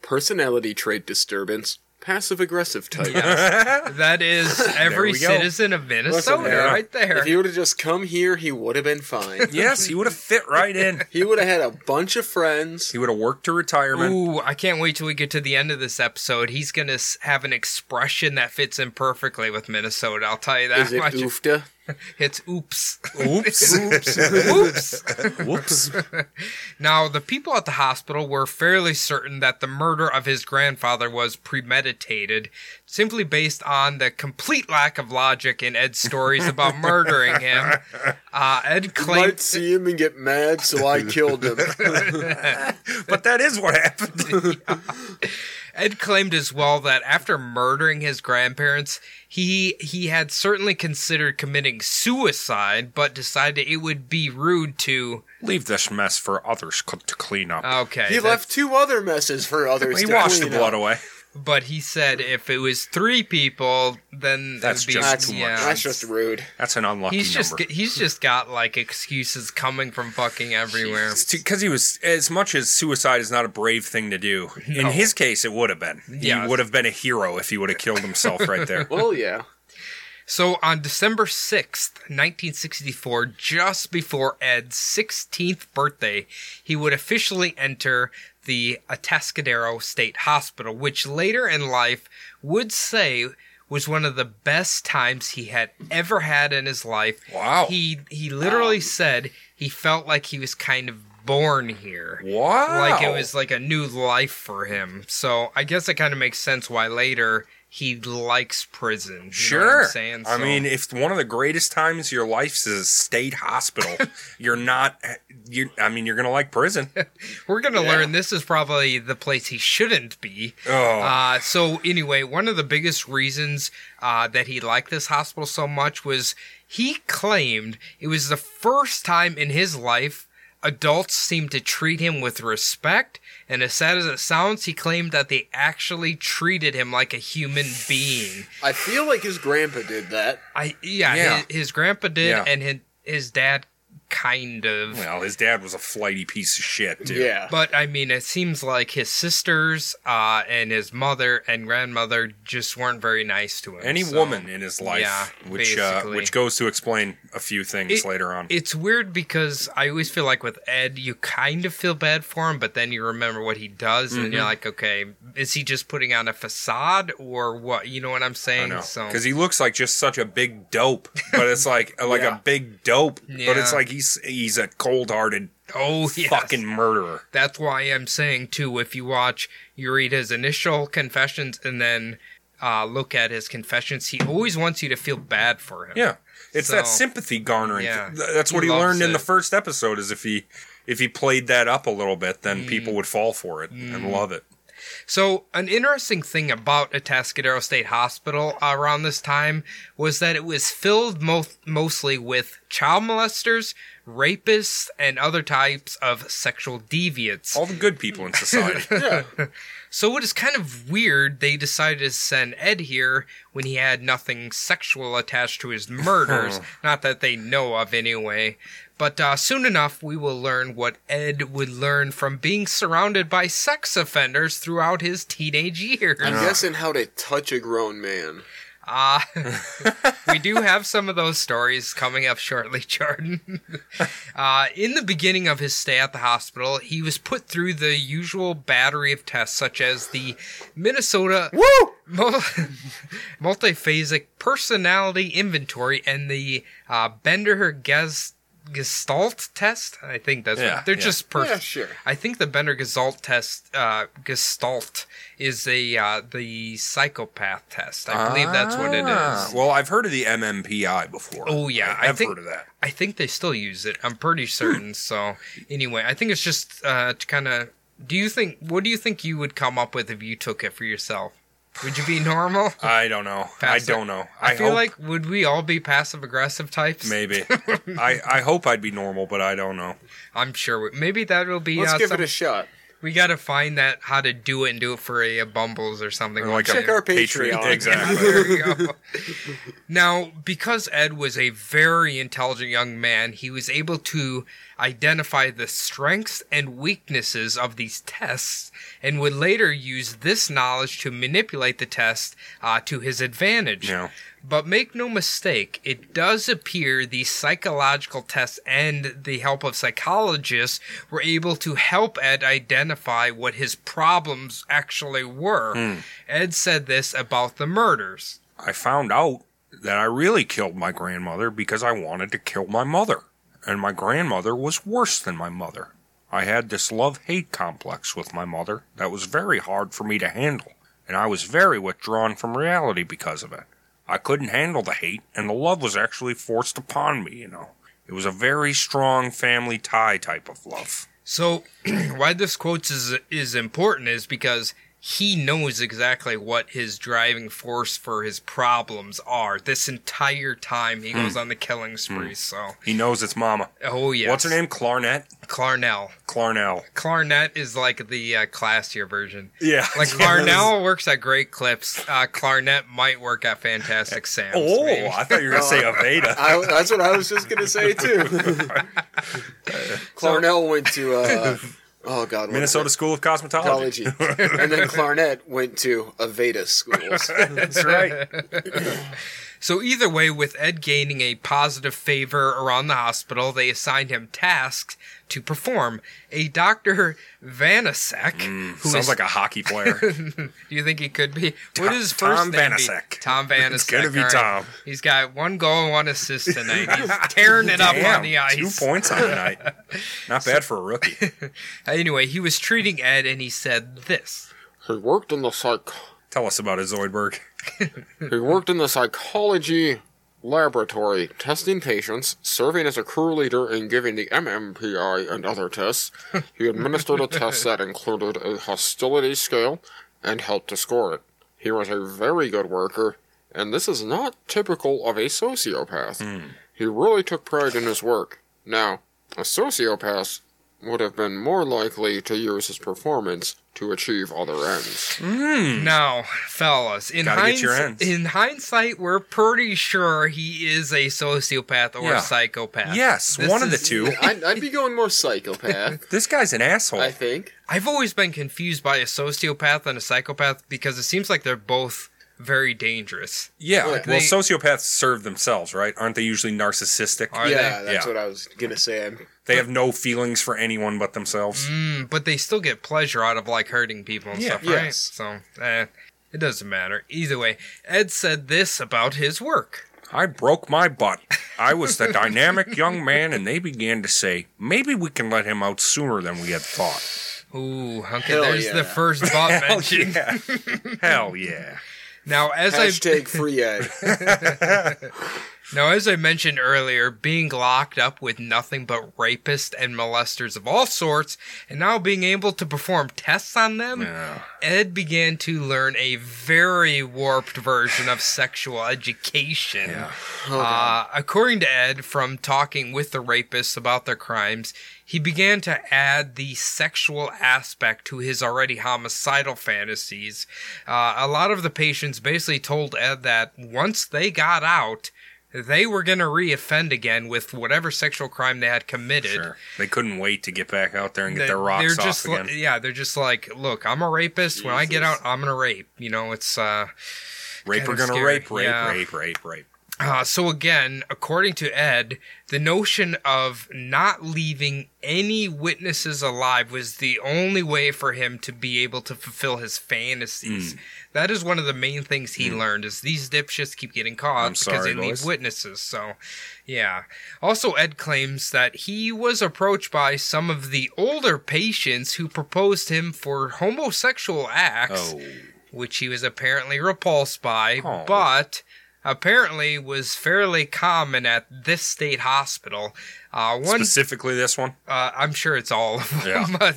Speaker 2: Personality trait disturbance, passive aggressive type.
Speaker 4: yes, that is every
Speaker 3: we go.
Speaker 4: citizen of Minnesota
Speaker 2: yeah.
Speaker 4: right there.
Speaker 2: If he would have just come here, he would have been fine.
Speaker 3: yes, he would have fit right in.
Speaker 2: He would have had a bunch of friends.
Speaker 3: He would have worked to retirement.
Speaker 4: Ooh, I can't wait till we get to the end of this episode. He's gonna s- have an expression that fits in perfectly with Minnesota. I'll tell you that
Speaker 2: Is it
Speaker 4: much.
Speaker 2: oofta?
Speaker 4: It's oops,
Speaker 3: Oops. Oops.
Speaker 4: oops.
Speaker 3: Whoops.
Speaker 4: Now, the people at the hospital were fairly certain that the murder of his grandfather was premeditated, simply based on the complete lack of logic in Ed's stories about murdering him. Uh, Ed
Speaker 2: Might
Speaker 4: claimed.
Speaker 2: see him and get mad, so I killed him.
Speaker 3: But that is what happened.
Speaker 4: Ed claimed as well that after murdering his grandparents, he he had certainly considered committing suicide, but decided it would be rude to.
Speaker 3: Leave this mess for others co- to clean up.
Speaker 4: Okay,
Speaker 2: He
Speaker 4: that's-
Speaker 2: left two other messes for others.
Speaker 3: he
Speaker 2: to
Speaker 3: washed the
Speaker 2: clean
Speaker 3: blood
Speaker 2: up.
Speaker 3: away.
Speaker 4: but he said if it was three people, then it
Speaker 3: That's
Speaker 4: would be,
Speaker 3: just
Speaker 2: That's
Speaker 3: too much.
Speaker 4: yeah.
Speaker 2: That's just rude.
Speaker 3: That's an unlucky
Speaker 4: He's just
Speaker 3: number.
Speaker 4: g- he's just got like excuses coming from fucking everywhere.
Speaker 3: because he was as much as suicide is not a brave thing to do. In his case, it would have been.
Speaker 4: Yeah.
Speaker 3: He would have been a hero if he would have killed himself right there.
Speaker 2: Well, yeah.
Speaker 4: So on December 6th, 1964, just before Ed's 16th birthday, he would officially enter the Atascadero State Hospital, which later in life would say was one of the best times he had ever had in his life.
Speaker 3: Wow.
Speaker 4: He he literally said he felt like he was kind of born here.
Speaker 3: Wow.
Speaker 4: Like it was like a new life for him. So I guess it kind of makes sense why later he likes prison. you know what I'm
Speaker 3: Sure.
Speaker 4: saying?
Speaker 3: I
Speaker 4: So-
Speaker 3: mean, if one of the greatest times of your life is a state hospital, you're not. You. I mean, you're gonna like prison.
Speaker 4: we're gonna learn this is probably the place he shouldn't be.
Speaker 3: Oh.
Speaker 4: Uh, so anyway, one of the biggest reasons uh, that he liked this hospital so much was he claimed it was the first time in his life adults seemed to treat him with respect. And as sad as it sounds, he claimed that they actually treated him like a human being.
Speaker 2: I feel like his grandpa did that.
Speaker 4: I yeah,
Speaker 3: Yeah.
Speaker 4: His, his grandpa did,
Speaker 3: Yeah.
Speaker 4: and his, his dad kind of.
Speaker 3: Well, his dad was a flighty piece of shit, too.
Speaker 2: Yeah.
Speaker 4: But I mean, it seems like his sisters uh, and his mother and grandmother just weren't very nice to him.
Speaker 3: Any
Speaker 4: so-
Speaker 3: woman in his life,
Speaker 4: Yeah,
Speaker 3: which uh,
Speaker 4: basically.
Speaker 3: which goes to explain a few things
Speaker 4: It-
Speaker 3: later on.
Speaker 4: It's weird because I always feel like with Ed, you kind of feel bad for him, but then you remember what he does, and
Speaker 3: Mm-hmm.
Speaker 4: you're like, okay, is he just putting on a facade or what? You know what I'm
Speaker 3: I
Speaker 4: saying?
Speaker 3: know,
Speaker 4: So
Speaker 3: because he looks like just such a big dope, but it's like like
Speaker 2: Yeah.
Speaker 3: a big dope, but
Speaker 4: Yeah.
Speaker 3: it's like he's he's a cold hearted
Speaker 4: oh, yes.
Speaker 3: fucking murderer.
Speaker 4: That's why I'm saying too. If you watch, you read his initial confessions and then uh, look at his confessions. He always wants you to feel bad for him.
Speaker 3: Yeah, it's that
Speaker 4: So-
Speaker 3: sympathy garnering.
Speaker 4: Yeah.
Speaker 3: Th- That's
Speaker 4: He
Speaker 3: what he,
Speaker 4: loves
Speaker 3: learned in the
Speaker 4: it.
Speaker 3: first episode. Is if he if he played that up a little bit,
Speaker 4: Mm.
Speaker 3: then people would fall for it and love it.
Speaker 4: So, an interesting thing about Atascadero State Hospital around this time was that it was filled mo- mostly with child molesters, rapists, and other types of sexual deviants.
Speaker 3: All the good people in society.
Speaker 4: So it is kind of weird they decided to send Ed here when he had nothing sexual attached to his murders. Not that they know of, anyway. But uh, soon enough, we will learn what Ed would learn from being surrounded by sex offenders throughout his teenage years.
Speaker 3: uh,
Speaker 2: I'm guessing how to touch a grown man.
Speaker 4: Ah, we do have some of those stories coming up shortly, Jordan. uh, in the beginning of his stay at the hospital, he was put through the usual battery of tests, such as the Minnesota Mul- multiphasic personality inventory and the uh, Bender Ges Gestalt test. I think that's
Speaker 3: Yeah,
Speaker 4: they're
Speaker 3: yeah.
Speaker 4: just perfect.
Speaker 2: Yeah, sure.
Speaker 4: I think the Bender Gestalt test, uh, Gestalt is a uh, the psychopath test. I believe that's what it
Speaker 3: Ah,
Speaker 4: is.
Speaker 3: Well, I've heard of the MMPI before.
Speaker 4: Oh, yeah,
Speaker 3: I
Speaker 4: I
Speaker 3: have
Speaker 4: think-
Speaker 3: heard of that.
Speaker 4: I think they still use it. I'm pretty
Speaker 3: Hmm.
Speaker 4: certain. so anyway, I think it's just uh, to kind of. Do you think? What do you think you would come up with if you took it for yourself? Would you be normal?
Speaker 3: I don't know. I
Speaker 4: Pass it.
Speaker 3: don't know.
Speaker 4: I, feel
Speaker 3: hope-
Speaker 4: like would we all be passive aggressive types?
Speaker 3: maybe. I I hope I'd be normal, but I don't know.
Speaker 4: I'm sure. We, maybe that'll be.
Speaker 2: Let's
Speaker 4: uh,
Speaker 2: give
Speaker 4: some-
Speaker 2: it a shot.
Speaker 4: we got to find that how to do it and do it for a, a Bumbles or something.
Speaker 3: Or like
Speaker 4: once
Speaker 3: a
Speaker 2: Check our
Speaker 3: patriot.
Speaker 2: Patreon.
Speaker 3: Exactly.
Speaker 4: there we go. Now, because Ed was a very intelligent young man, he was able to identify the strengths and weaknesses of these tests and would later use this knowledge to manipulate the test uh, to his advantage.
Speaker 3: Yeah.
Speaker 4: But make no mistake, it does appear these psychological tests and the help of psychologists were able to help Ed identify what his problems actually were.
Speaker 3: Hmm.
Speaker 4: Ed said this about the murders.
Speaker 3: I found out that I really killed my grandmother because I wanted to kill my mother. And my grandmother was worse than my mother. I had this love hate complex with my mother that was very hard for me to handle, and I was very withdrawn from reality because of it. I couldn't handle the hate, and the love was actually forced upon me, you know. It was a very strong family tie type of love.
Speaker 4: So, why this quote is, is important is because he knows exactly what his driving force for his problems are this entire time
Speaker 3: Hmm.
Speaker 4: he goes on the killing spree. So,
Speaker 3: He knows it's Mama.
Speaker 4: oh, yes.
Speaker 3: Hmm. What's her name? Clarnet?
Speaker 4: Clarnell.
Speaker 3: Clarnell.
Speaker 4: Clarnet is like the uh, classier version.
Speaker 3: Yeah.
Speaker 4: Like Clarnell works at Great Clips. Uh, Clarnet might work at Fantastic Sam's.
Speaker 3: Oh,
Speaker 4: maybe.
Speaker 3: I thought you were going to say Aveda.
Speaker 2: I, that's what I was just gonna say too. Clarnell went to uh, oh god, what is it?
Speaker 3: Minnesota School of Cosmetology.
Speaker 2: College. and then Clarnet went to Aveda schools.
Speaker 3: That's right.
Speaker 4: So either way, with Ed gaining a positive favor around the hospital, they assigned him tasks to perform. A Doctor Vanasek, who
Speaker 3: Mm, Sounds
Speaker 4: is-
Speaker 3: like a hockey player.
Speaker 4: do you think he could be? What is his
Speaker 3: Tom
Speaker 4: first name? be?
Speaker 3: Vanasek.
Speaker 4: Tom Vanasek.
Speaker 3: gonna be
Speaker 4: all
Speaker 3: Tom.
Speaker 4: He's got one goal and one assist tonight. He's tearing it up on the ice.
Speaker 3: Two points on the night. Not bad for a rookie.
Speaker 4: Anyway, he was treating Ed, and he said this.
Speaker 2: he worked in the psych.
Speaker 3: Tell us about it, Zoidberg.
Speaker 2: He worked in the psychology laboratory, testing patients, serving as a crew leader, and giving the MMPI and other tests. He administered a test that included a hostility scale and helped to score it. He was a very good worker, and this is not typical of a sociopath. He really took pride in his work. Now, a sociopath would have been more likely to use his performance to achieve other ends.
Speaker 4: Now, fellas, in,
Speaker 3: Gotta get your ends.
Speaker 4: hindsight, in hindsight, we're pretty sure he is a sociopath or
Speaker 3: Yeah.
Speaker 4: a psychopath.
Speaker 3: Yes,
Speaker 4: This
Speaker 3: one of the
Speaker 4: is-
Speaker 3: two.
Speaker 2: I'd, I'd be going more psychopath,
Speaker 3: This guy's an asshole.
Speaker 2: I think.
Speaker 4: I've always been confused by a sociopath and a psychopath because it seems like they're both very dangerous.
Speaker 3: yeah.
Speaker 2: Yeah.
Speaker 3: Well,
Speaker 4: They-
Speaker 3: sociopaths serve themselves, right? Aren't they usually narcissistic?
Speaker 4: Are
Speaker 2: yeah,
Speaker 4: they?
Speaker 2: that's
Speaker 3: Yeah.
Speaker 2: what I was gonna say. I'm,
Speaker 3: They have no feelings for anyone but themselves.
Speaker 4: Mm, but they still get pleasure out of like hurting people and
Speaker 3: Yeah.
Speaker 4: stuff, right?
Speaker 2: Yes.
Speaker 4: So, eh, it doesn't matter. Either way, Ed said this about his work.
Speaker 3: I broke my butt. I was the dynamic young man, and they began to say, maybe we can let him out sooner than we had thought.
Speaker 4: Ooh, okay,
Speaker 2: Hell
Speaker 4: there's
Speaker 2: yeah.
Speaker 4: the first butt
Speaker 3: Hell
Speaker 4: mentioned.
Speaker 3: yeah. Hell yeah.
Speaker 4: Now, as I
Speaker 2: hashtag free Ed.
Speaker 4: Now, as I mentioned earlier, being locked up with nothing but rapists and molesters of all sorts, and now being able to perform tests on them,
Speaker 3: Yeah.
Speaker 4: Ed began to learn a very warped version of sexual education.
Speaker 3: Oh,
Speaker 4: Uh, according to Ed, from talking with the rapists about their crimes, he began to add the sexual aspect to his already homicidal fantasies. Uh, a lot of the patients basically told Ed that once they got out, they were going to reoffend again with whatever sexual crime they had committed.
Speaker 3: Sure. They couldn't wait to get back out there and get
Speaker 4: They-
Speaker 3: their rocks
Speaker 4: they're
Speaker 3: off
Speaker 4: just
Speaker 3: again.
Speaker 4: li- yeah, they're just like, look, I'm a rapist. When I get out, I'm gonna rape. You know, it's uh,
Speaker 3: rape
Speaker 4: kinda
Speaker 3: are gonna
Speaker 4: scary.
Speaker 3: rape, rape,
Speaker 4: Yeah.
Speaker 3: rape, rape, rape.
Speaker 4: Uh, so again, according to Ed, the notion of not leaving any witnesses alive was the only way for him to be able to fulfill his fantasies.
Speaker 3: Hmm.
Speaker 4: That is one of the main things he learned is these dipshits keep getting caught
Speaker 3: I'm
Speaker 4: because
Speaker 3: sorry,
Speaker 4: they
Speaker 3: boys.
Speaker 4: leave witnesses. So, yeah. Also, Ed claims that he was approached by some of the older patients who proposed him for homosexual acts
Speaker 3: Oh,
Speaker 4: which he was apparently repulsed by,
Speaker 3: Oh.
Speaker 4: but apparently was fairly common at this state hospital. Uh, one,
Speaker 3: specifically this one.
Speaker 4: uh, I'm sure it's all of them,
Speaker 3: Yeah.
Speaker 4: but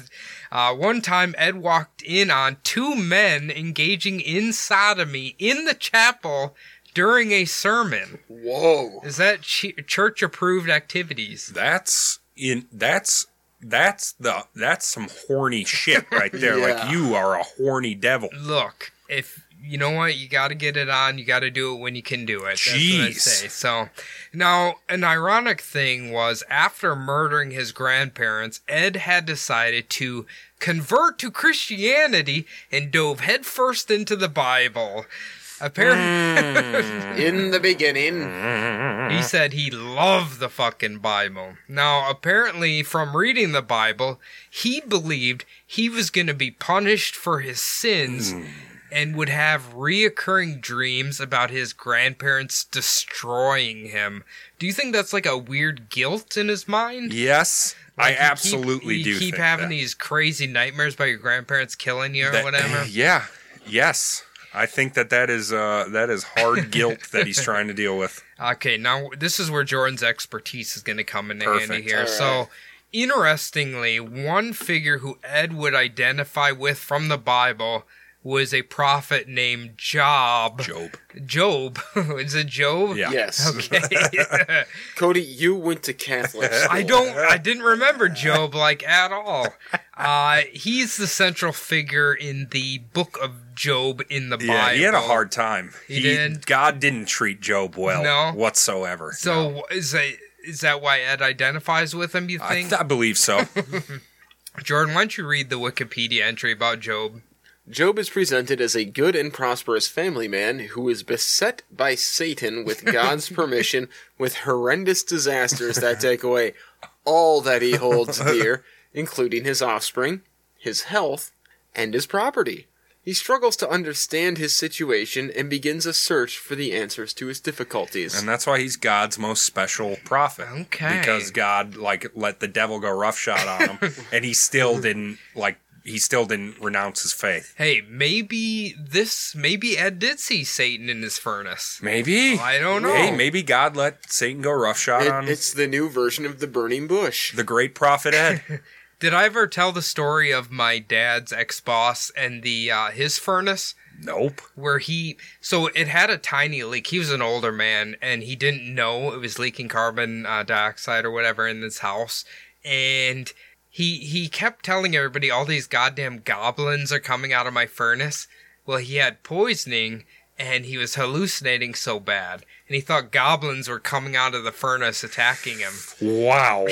Speaker 4: uh, one time Ed walked in on two men engaging in sodomy in the chapel during a sermon.
Speaker 2: Whoa.
Speaker 4: Is that ch- church approved activities?
Speaker 3: That's in. That's that's the that's some horny shit right there.
Speaker 2: Yeah.
Speaker 3: Like you are a horny devil.
Speaker 4: Look, if you know what, you got to get it on. You got to do it when you can do it. That's what I
Speaker 3: Jeez.
Speaker 4: say. So now, an ironic thing was after murdering his grandparents, Ed had decided to convert to Christianity and dove headfirst into the Bible. Apparently,
Speaker 3: Hmm.
Speaker 2: In the beginning,
Speaker 3: Mm-hmm.
Speaker 4: he said he loved the fucking Bible. Now, apparently, from reading the Bible, he believed he was going to be punished for his sins
Speaker 3: Hmm.
Speaker 4: and would have reoccurring dreams about his grandparents destroying him. Do you think that's like a weird guilt in his mind?
Speaker 3: Yes,
Speaker 4: Like,
Speaker 3: I
Speaker 4: you keep-
Speaker 3: absolutely
Speaker 4: you
Speaker 3: do.
Speaker 4: Keep
Speaker 3: think
Speaker 4: having
Speaker 3: that.
Speaker 4: these crazy nightmares about your grandparents killing you or
Speaker 3: That-
Speaker 4: whatever.
Speaker 3: Yeah. Yes. I think that that is uh, that is hard guilt that he's trying to deal with.
Speaker 4: Okay, now this is where Jordan's expertise is going to come into handy
Speaker 3: Perfect.
Speaker 4: here.
Speaker 2: All right.
Speaker 4: So, interestingly, one figure who Ed would identify with from the Bible was a prophet named Job.
Speaker 3: Job.
Speaker 4: Job. is it Job?
Speaker 3: Yeah.
Speaker 2: yes.
Speaker 4: Okay.
Speaker 2: Cody, you went to Catholic school.
Speaker 4: I don't. I didn't remember Job like at all. Uh, he's the central figure in the Book of Job in the Bible.
Speaker 3: Yeah, he had a hard time.
Speaker 4: He did.
Speaker 3: God didn't treat Job well
Speaker 4: No.
Speaker 3: whatsoever.
Speaker 4: So is that is that why Ed identifies with him? You
Speaker 3: I,
Speaker 4: think?
Speaker 3: th- I believe so.
Speaker 4: Jordan, why don't you read the Wikipedia entry about Job?
Speaker 2: Job is presented as a good and prosperous family man who is beset by Satan with God's permission with horrendous disasters that take away all that he holds dear, including his offspring, his health, and his property. He struggles to understand his situation and begins a search for the answers to his difficulties.
Speaker 3: and that's why he's God's most special prophet.
Speaker 4: Okay.
Speaker 3: Because God like let the devil go roughshod on him and he still didn't like he still didn't renounce his faith.
Speaker 4: Hey, maybe this, maybe Ed did see Satan in his furnace.
Speaker 3: Maybe.
Speaker 4: Oh, I don't know.
Speaker 3: Hey, maybe God let Satan go roughshod
Speaker 2: It-
Speaker 3: on
Speaker 2: it's the new version of the burning bush.
Speaker 3: the great prophet Ed.
Speaker 4: Did I ever tell the story of my dad's ex boss and the uh, his furnace?
Speaker 3: nope.
Speaker 4: where he so it had a tiny leak he was an older man and he didn't know it was leaking carbon uh, dioxide or whatever in this house and he he kept telling everybody all these goddamn goblins are coming out of my furnace well he had poisoning and he was hallucinating so bad and he thought goblins were coming out of the furnace attacking him
Speaker 3: Wow.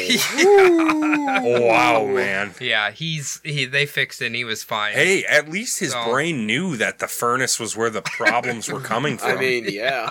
Speaker 3: wow, man.
Speaker 4: yeah he's he they fixed it and he was fine
Speaker 3: Hey, at least his
Speaker 4: So-
Speaker 3: brain knew that the furnace was where the problems were coming from.
Speaker 2: I mean, yeah.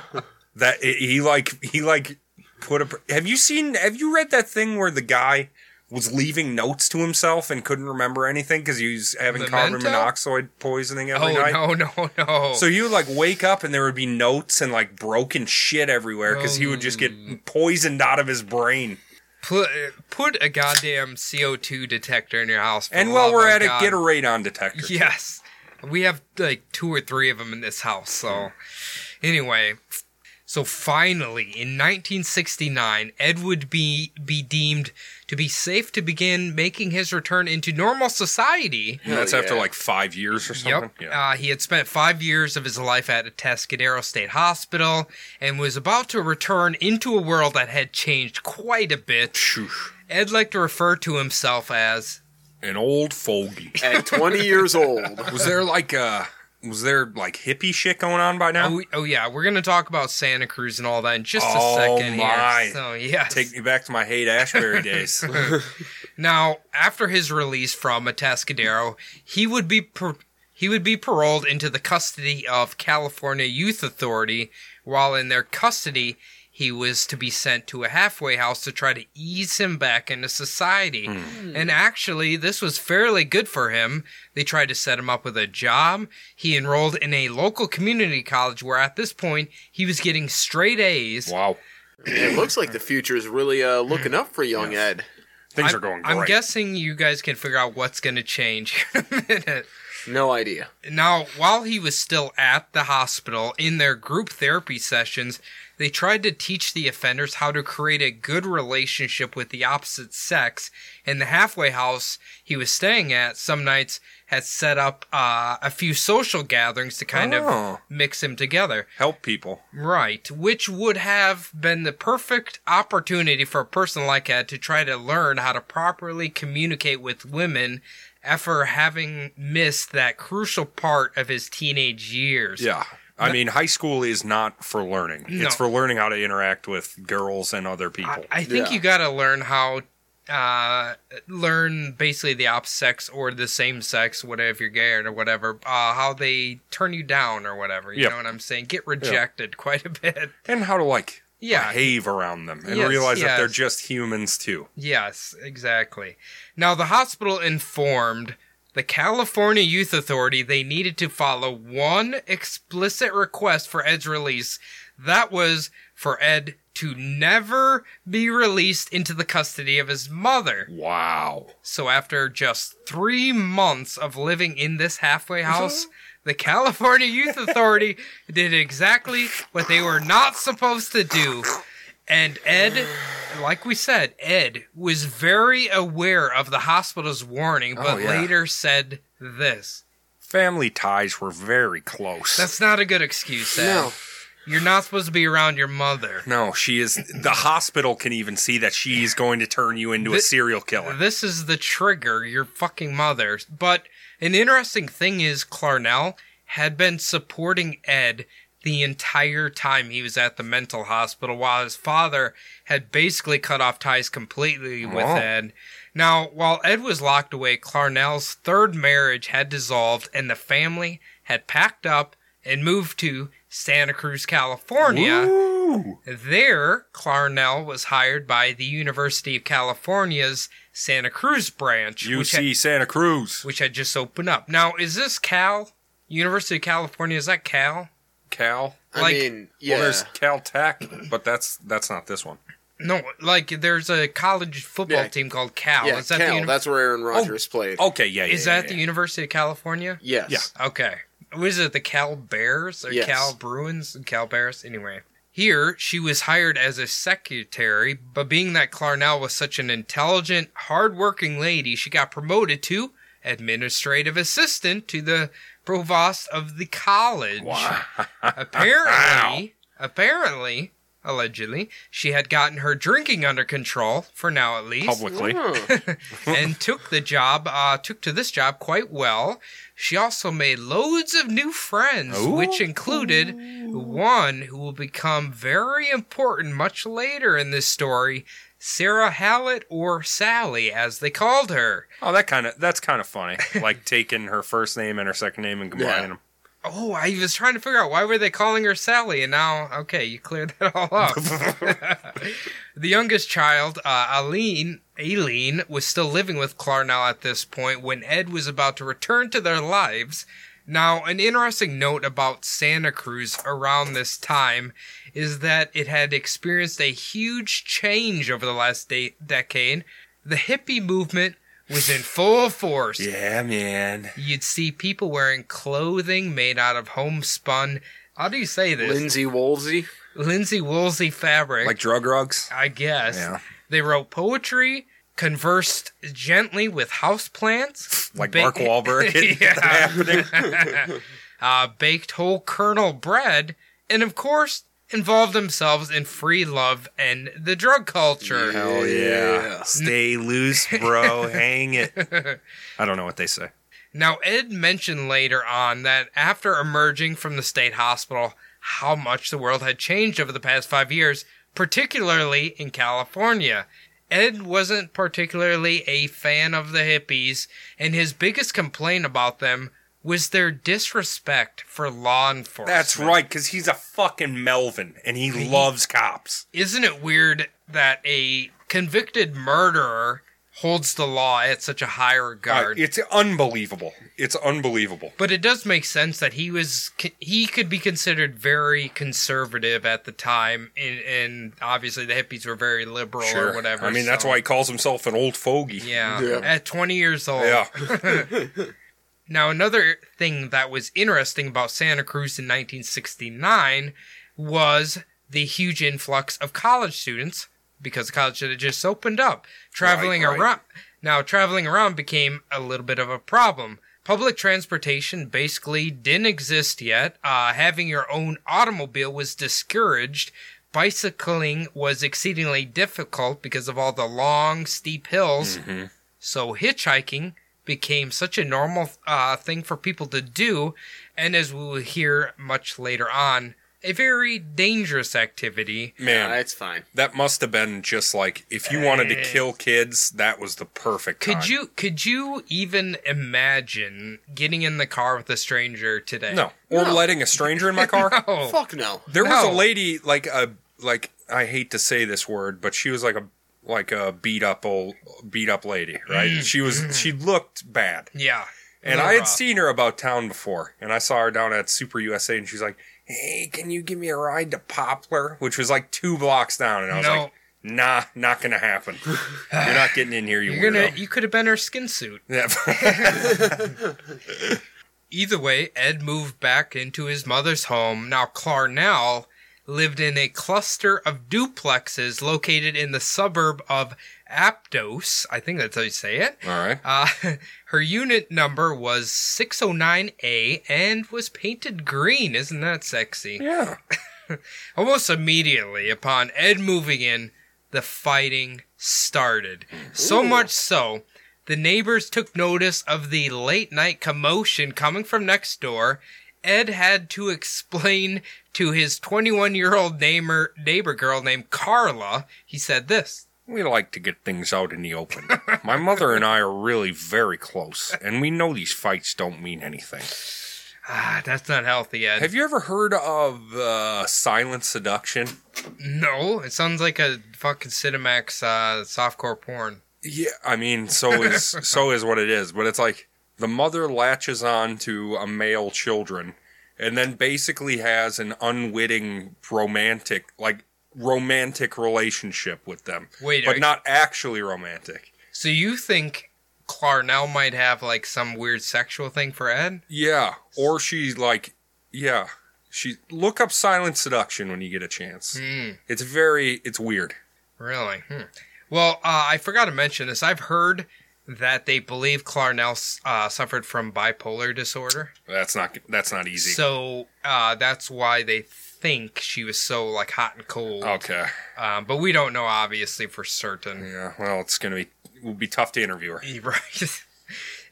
Speaker 3: that it, he like he like put a. Have you seen? Have you read that thing where the guy was leaving notes to himself and couldn't remember anything because he was having carbon
Speaker 4: Memento?
Speaker 3: monoxide poisoning
Speaker 4: oh
Speaker 3: every night?
Speaker 4: no no no
Speaker 3: So you would like wake up and there would be notes and like broken shit everywhere because he would
Speaker 4: Oh,
Speaker 3: just get poisoned out of his brain.
Speaker 4: put put a goddamn CO2 detector in your house. for
Speaker 3: And
Speaker 4: the
Speaker 3: while
Speaker 4: love
Speaker 3: we're at
Speaker 4: of Oh, God.
Speaker 3: it, get a radon detector.
Speaker 4: Yes, we have like two or three of them in this house. So anyway, so finally in 1969, Ed would be be deemed to be safe to begin making his return into normal society.
Speaker 3: And that's
Speaker 2: Hell
Speaker 3: after
Speaker 2: yeah.
Speaker 3: like five years or something.
Speaker 4: Yep. Uh, he had spent five years of his life at a Tascadero State Hospital and was about to return into a world that had changed quite a bit.
Speaker 3: Shoosh.
Speaker 4: Ed liked to refer to himself as
Speaker 3: An old fogey.
Speaker 2: At 20 years old.
Speaker 3: Was there like uh was there like hippie shit going on by now?
Speaker 4: Oh, oh yeah, we're gonna talk about Santa Cruz and all that in just
Speaker 3: Oh,
Speaker 4: a second
Speaker 3: my.
Speaker 4: here. So yeah.
Speaker 3: Take me back to my Haight Ashbury days.
Speaker 4: now, after his release from Atascadero, he would be per- He would be paroled into the custody of California Youth Authority. While in their custody, he was to be sent to a halfway house to try to ease him back into society.
Speaker 3: Hmm.
Speaker 4: And actually, this was fairly good for him. They tried to set him up with a job. He enrolled in a local community college where at this point he was getting straight A's.
Speaker 3: Wow.
Speaker 2: It looks like the future is really uh, looking up for young Ed.
Speaker 3: Things
Speaker 4: I'm-
Speaker 3: are going great.
Speaker 4: I'm guessing you guys can figure out what's going to change in a minute.
Speaker 2: No idea.
Speaker 4: Now, while he was still at the hospital in their group therapy sessions, they tried to teach the offenders how to create a good relationship with the opposite sex. And the halfway house he was staying at, some nights, had set up uh, a few social gatherings to kind of
Speaker 3: Oh.
Speaker 4: mix him together.
Speaker 3: Help people.
Speaker 4: Right, which would have been the perfect opportunity for a person like that to try to learn how to properly communicate with women after having missed that crucial part of his teenage years.
Speaker 3: Yeah. I mean, high school is not for learning. It's for learning how to interact with girls and other people.
Speaker 4: I, I think
Speaker 2: Yeah.
Speaker 4: you gotta learn how, uh, learn basically the opposite sex or the same sex, whatever if you're gay or whatever, uh, how they turn you down or whatever. You
Speaker 3: Yep.
Speaker 4: know what I'm saying? Get rejected quite a bit.
Speaker 3: and how to like
Speaker 4: Yeah.
Speaker 3: behave around them and
Speaker 4: Yes,
Speaker 3: realize that they're
Speaker 4: yes.
Speaker 3: just humans too.
Speaker 4: Yes, exactly. Now, the hospital informed the California Youth Authority they needed to follow one explicit request for Ed's release. That was for Ed to never be released into the custody of his mother.
Speaker 3: Wow.
Speaker 4: So, after just three months of living in this halfway
Speaker 3: Mm-hmm.
Speaker 4: house, the California Youth Authority did exactly what they were not supposed to do. And Ed, like we said, Ed was very aware of the hospital's warning, but
Speaker 3: Oh, yeah.
Speaker 4: later said this.
Speaker 3: Family ties were very close.
Speaker 4: That's not a good excuse, Ed.
Speaker 2: No.
Speaker 4: You're not supposed to be around your mother.
Speaker 3: no, she is. The hospital can even see that she is going to turn you into a
Speaker 4: Thi-
Speaker 3: serial killer.
Speaker 4: This is the trigger, your fucking mother. But an interesting thing is Clarnell had been supporting Ed the entire time he was at the mental hospital while his father had basically cut off ties completely with
Speaker 3: Wow.
Speaker 4: Ed. Now, while Ed was locked away, Clarnell's third marriage had dissolved and the family had packed up and moved to Santa Cruz, California.
Speaker 3: Ooh.
Speaker 4: There, Clarnell was hired by the University of California's Santa Cruz branch, which
Speaker 3: UC
Speaker 4: had,
Speaker 3: Santa Cruz.
Speaker 4: which had just opened up. Now, is this Cal? University of California, is that Cal?
Speaker 3: Cal.
Speaker 2: I
Speaker 4: Like-
Speaker 2: mean, yeah.
Speaker 3: Well, there's Caltech, but that's that's not this one.
Speaker 4: No, like there's a college football
Speaker 2: Yeah.
Speaker 4: team called Cal.
Speaker 2: yeah,
Speaker 4: is that
Speaker 2: Cal,
Speaker 4: the uni-
Speaker 2: that's where Aaron Rodgers played.
Speaker 3: Okay, yeah, yeah.
Speaker 4: is
Speaker 3: yeah,
Speaker 4: that
Speaker 3: yeah.
Speaker 4: the University of California?
Speaker 2: Yes.
Speaker 3: oh, Yeah.
Speaker 4: Okay. Was it the Cal Bears or
Speaker 2: Yes.
Speaker 4: Cal Bruins? Cal Bears? Anyway. Here, she was hired as a secretary, but being that Clarnell was such an intelligent, hardworking lady, she got promoted to administrative assistant to the provost of the college.
Speaker 3: Wow.
Speaker 4: Apparently, apparently, allegedly, she had gotten her drinking under control, for now at least
Speaker 3: Publicly.
Speaker 2: Huh.
Speaker 4: and took the job, uh, took to this job quite well. She also made loads of new friends,
Speaker 3: Ooh.
Speaker 4: which included one who will become very important much later in this story Sarah Hallett, or Sally, as they called her.
Speaker 3: Oh, that kind of that's kind of funny. Like taking her first name and her second name and combining
Speaker 2: Yeah.
Speaker 3: them.
Speaker 4: Oh, I was trying to figure out why were they calling her Sally, and now okay, you cleared that all up. the youngest child, uh, Eileen, Aileen, was still living with Clarnell at this point when Ed was about to return to their lives. Now, an interesting note about Santa Cruz around this time is that it had experienced a huge change over the last de- decade. The hippie movement was in full force.
Speaker 3: Yeah, man.
Speaker 4: You'd see people wearing clothing made out of homespun. How do you say this?
Speaker 2: Lindsay Wolsey.
Speaker 4: Lindsay Woolsey fabric.
Speaker 3: Like drug rugs.
Speaker 4: I guess.
Speaker 3: Yeah.
Speaker 4: They wrote poetry, conversed gently with houseplants,
Speaker 3: Like
Speaker 4: ba-
Speaker 3: Mark Wahlberg.
Speaker 4: Yeah.
Speaker 3: happening.
Speaker 4: uh, baked whole kernel bread, and of course, involved themselves in free love and the drug culture.
Speaker 3: Hell Oh, yeah. Stay loose, bro. Hang it. I don't know what they say.
Speaker 4: Now, Ed mentioned later on that after emerging from the state hospital, how much the world had changed over the past five years, particularly in California. Ed wasn't particularly a fan of the hippies, and his biggest complaint about them was their disrespect for law enforcement.
Speaker 3: That's right, because he's a fucking Melvin and he loves cops.
Speaker 4: Isn't it weird that a convicted murderer holds the law at such a high regard?
Speaker 3: Uh, it's unbelievable. It's unbelievable.
Speaker 4: But it does make sense that he was he could be considered very conservative at the time, and, and obviously the hippies were very liberal or whatever.
Speaker 3: I mean, that's
Speaker 4: so-
Speaker 3: why he calls himself an old fogey.
Speaker 4: Yeah,
Speaker 2: Yeah.
Speaker 4: at 20 years old.
Speaker 3: Yeah.
Speaker 4: Now, another thing that was interesting about Santa Cruz in 1969 was the huge influx of college students because the college had just opened up. Traveling
Speaker 3: Right, right.
Speaker 4: around now, traveling around became a little bit of a problem. Public transportation basically didn't exist yet. Uh, having your own automobile was discouraged. Bicycling was exceedingly difficult because of all the long, steep hills.
Speaker 3: Mm-hmm.
Speaker 4: So hitchhiking became such a normal uh, thing for people to do, and as we will hear much later on, a very dangerous activity.
Speaker 3: Man,
Speaker 2: Nah, it's fine.
Speaker 3: that must have been just like if you wanted to kill kids, that was the perfect
Speaker 4: Could
Speaker 3: time.
Speaker 4: you could you even imagine getting in the car with a stranger today?
Speaker 3: No. Or letting a stranger in my car?
Speaker 4: Oh,
Speaker 2: Fuck no.
Speaker 3: There was a
Speaker 4: No.
Speaker 3: lady like a like I hate to say this word, but she was like a like a beat up old beat up lady, right? She was she looked bad.
Speaker 4: yeah.
Speaker 3: And
Speaker 4: They're
Speaker 3: I had
Speaker 4: Mm, rough.
Speaker 3: seen her about town before, and I saw her down at Super USA, and she's like, "Hey, can you give me a ride to Poplar?" Which was like two blocks down, and I was
Speaker 4: No.
Speaker 3: like, "Nah, not gonna happen. You're not getting in here, you
Speaker 4: You're gonna
Speaker 3: weirdo."
Speaker 4: you could have been her skin suit.
Speaker 3: Yeah.
Speaker 4: Either way, Ed moved back into his mother's home. Now Clarnell lived in a cluster of duplexes located in the suburb of Aptos. I think that's how you say it.
Speaker 3: All right.
Speaker 4: Uh, her unit number was 609A and was painted green. Isn't that sexy?
Speaker 3: Yeah.
Speaker 4: Almost immediately upon Ed moving in, the fighting started. So much so, the neighbors took notice of the late night commotion coming from next door. Ed had to explain to his 21 year old neighbor, neighbor girl named Carla, he said this.
Speaker 3: We like to get things out in the open. My mother and I are really very close, and we know these fights don't mean anything.
Speaker 4: Ah, that's not healthy, Ed.
Speaker 3: Have you ever heard of uh, silent seduction?
Speaker 4: No, it sounds like a fucking Cinemax uh, softcore porn.
Speaker 3: Yeah, I mean, so is so is what it is, but it's like the mother latches on to a male children and then basically has an unwitting romantic like romantic relationship with them.
Speaker 4: Wait,
Speaker 3: but
Speaker 4: are-
Speaker 3: not actually romantic.
Speaker 4: So you think Clarnell might have like some weird sexual thing for Ed?
Speaker 3: Yeah, or she like yeah, she look up silent seduction when you get a chance.
Speaker 4: Hmm,
Speaker 3: It's very it's weird.
Speaker 4: really? Hmm. Well, uh, I forgot to mention this. I've heard that they believe Clarnell uh, suffered from bipolar disorder.
Speaker 3: That's not that's not easy.
Speaker 4: So uh, that's why they think she was so like hot and cold.
Speaker 3: okay.
Speaker 4: Um, but we don't know obviously for certain.
Speaker 3: Yeah, well, it's going to be it will be tough to interview her.
Speaker 4: Right.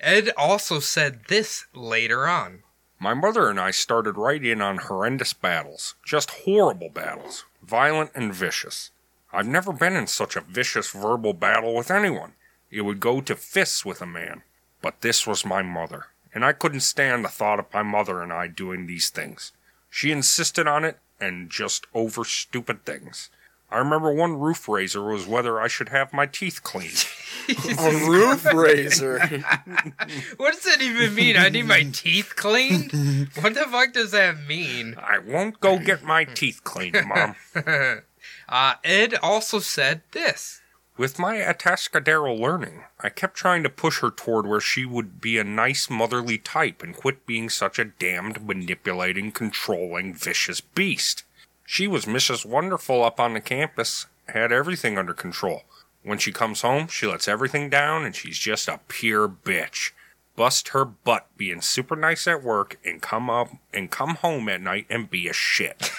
Speaker 4: Ed also said this later on.
Speaker 3: My mother and I started right in on horrendous battles, just horrible battles, violent and vicious. I've never been in such a vicious verbal battle with anyone. It would go to fists with a man. But this was my mother, and I couldn't stand the thought of my mother and I doing these things. She insisted on it, and just over stupid things. I remember one roof raiser was whether I should have my teeth cleaned.
Speaker 2: A roof razor.
Speaker 4: What does that even mean? I need my teeth cleaned? What the fuck does that mean?
Speaker 3: I won't go get my teeth cleaned, Mom.
Speaker 4: Uh, Ed also said this.
Speaker 3: With my Atascadero learning, I kept trying to push her toward where she would be a nice motherly type and quit being such a damned, manipulating, controlling, vicious beast. She was Mrs. Wonderful up on the campus, had everything under control. When she comes home, she lets everything down and she's just a pure bitch. Bust her butt being super nice at work and come up and come home at night and be a shit.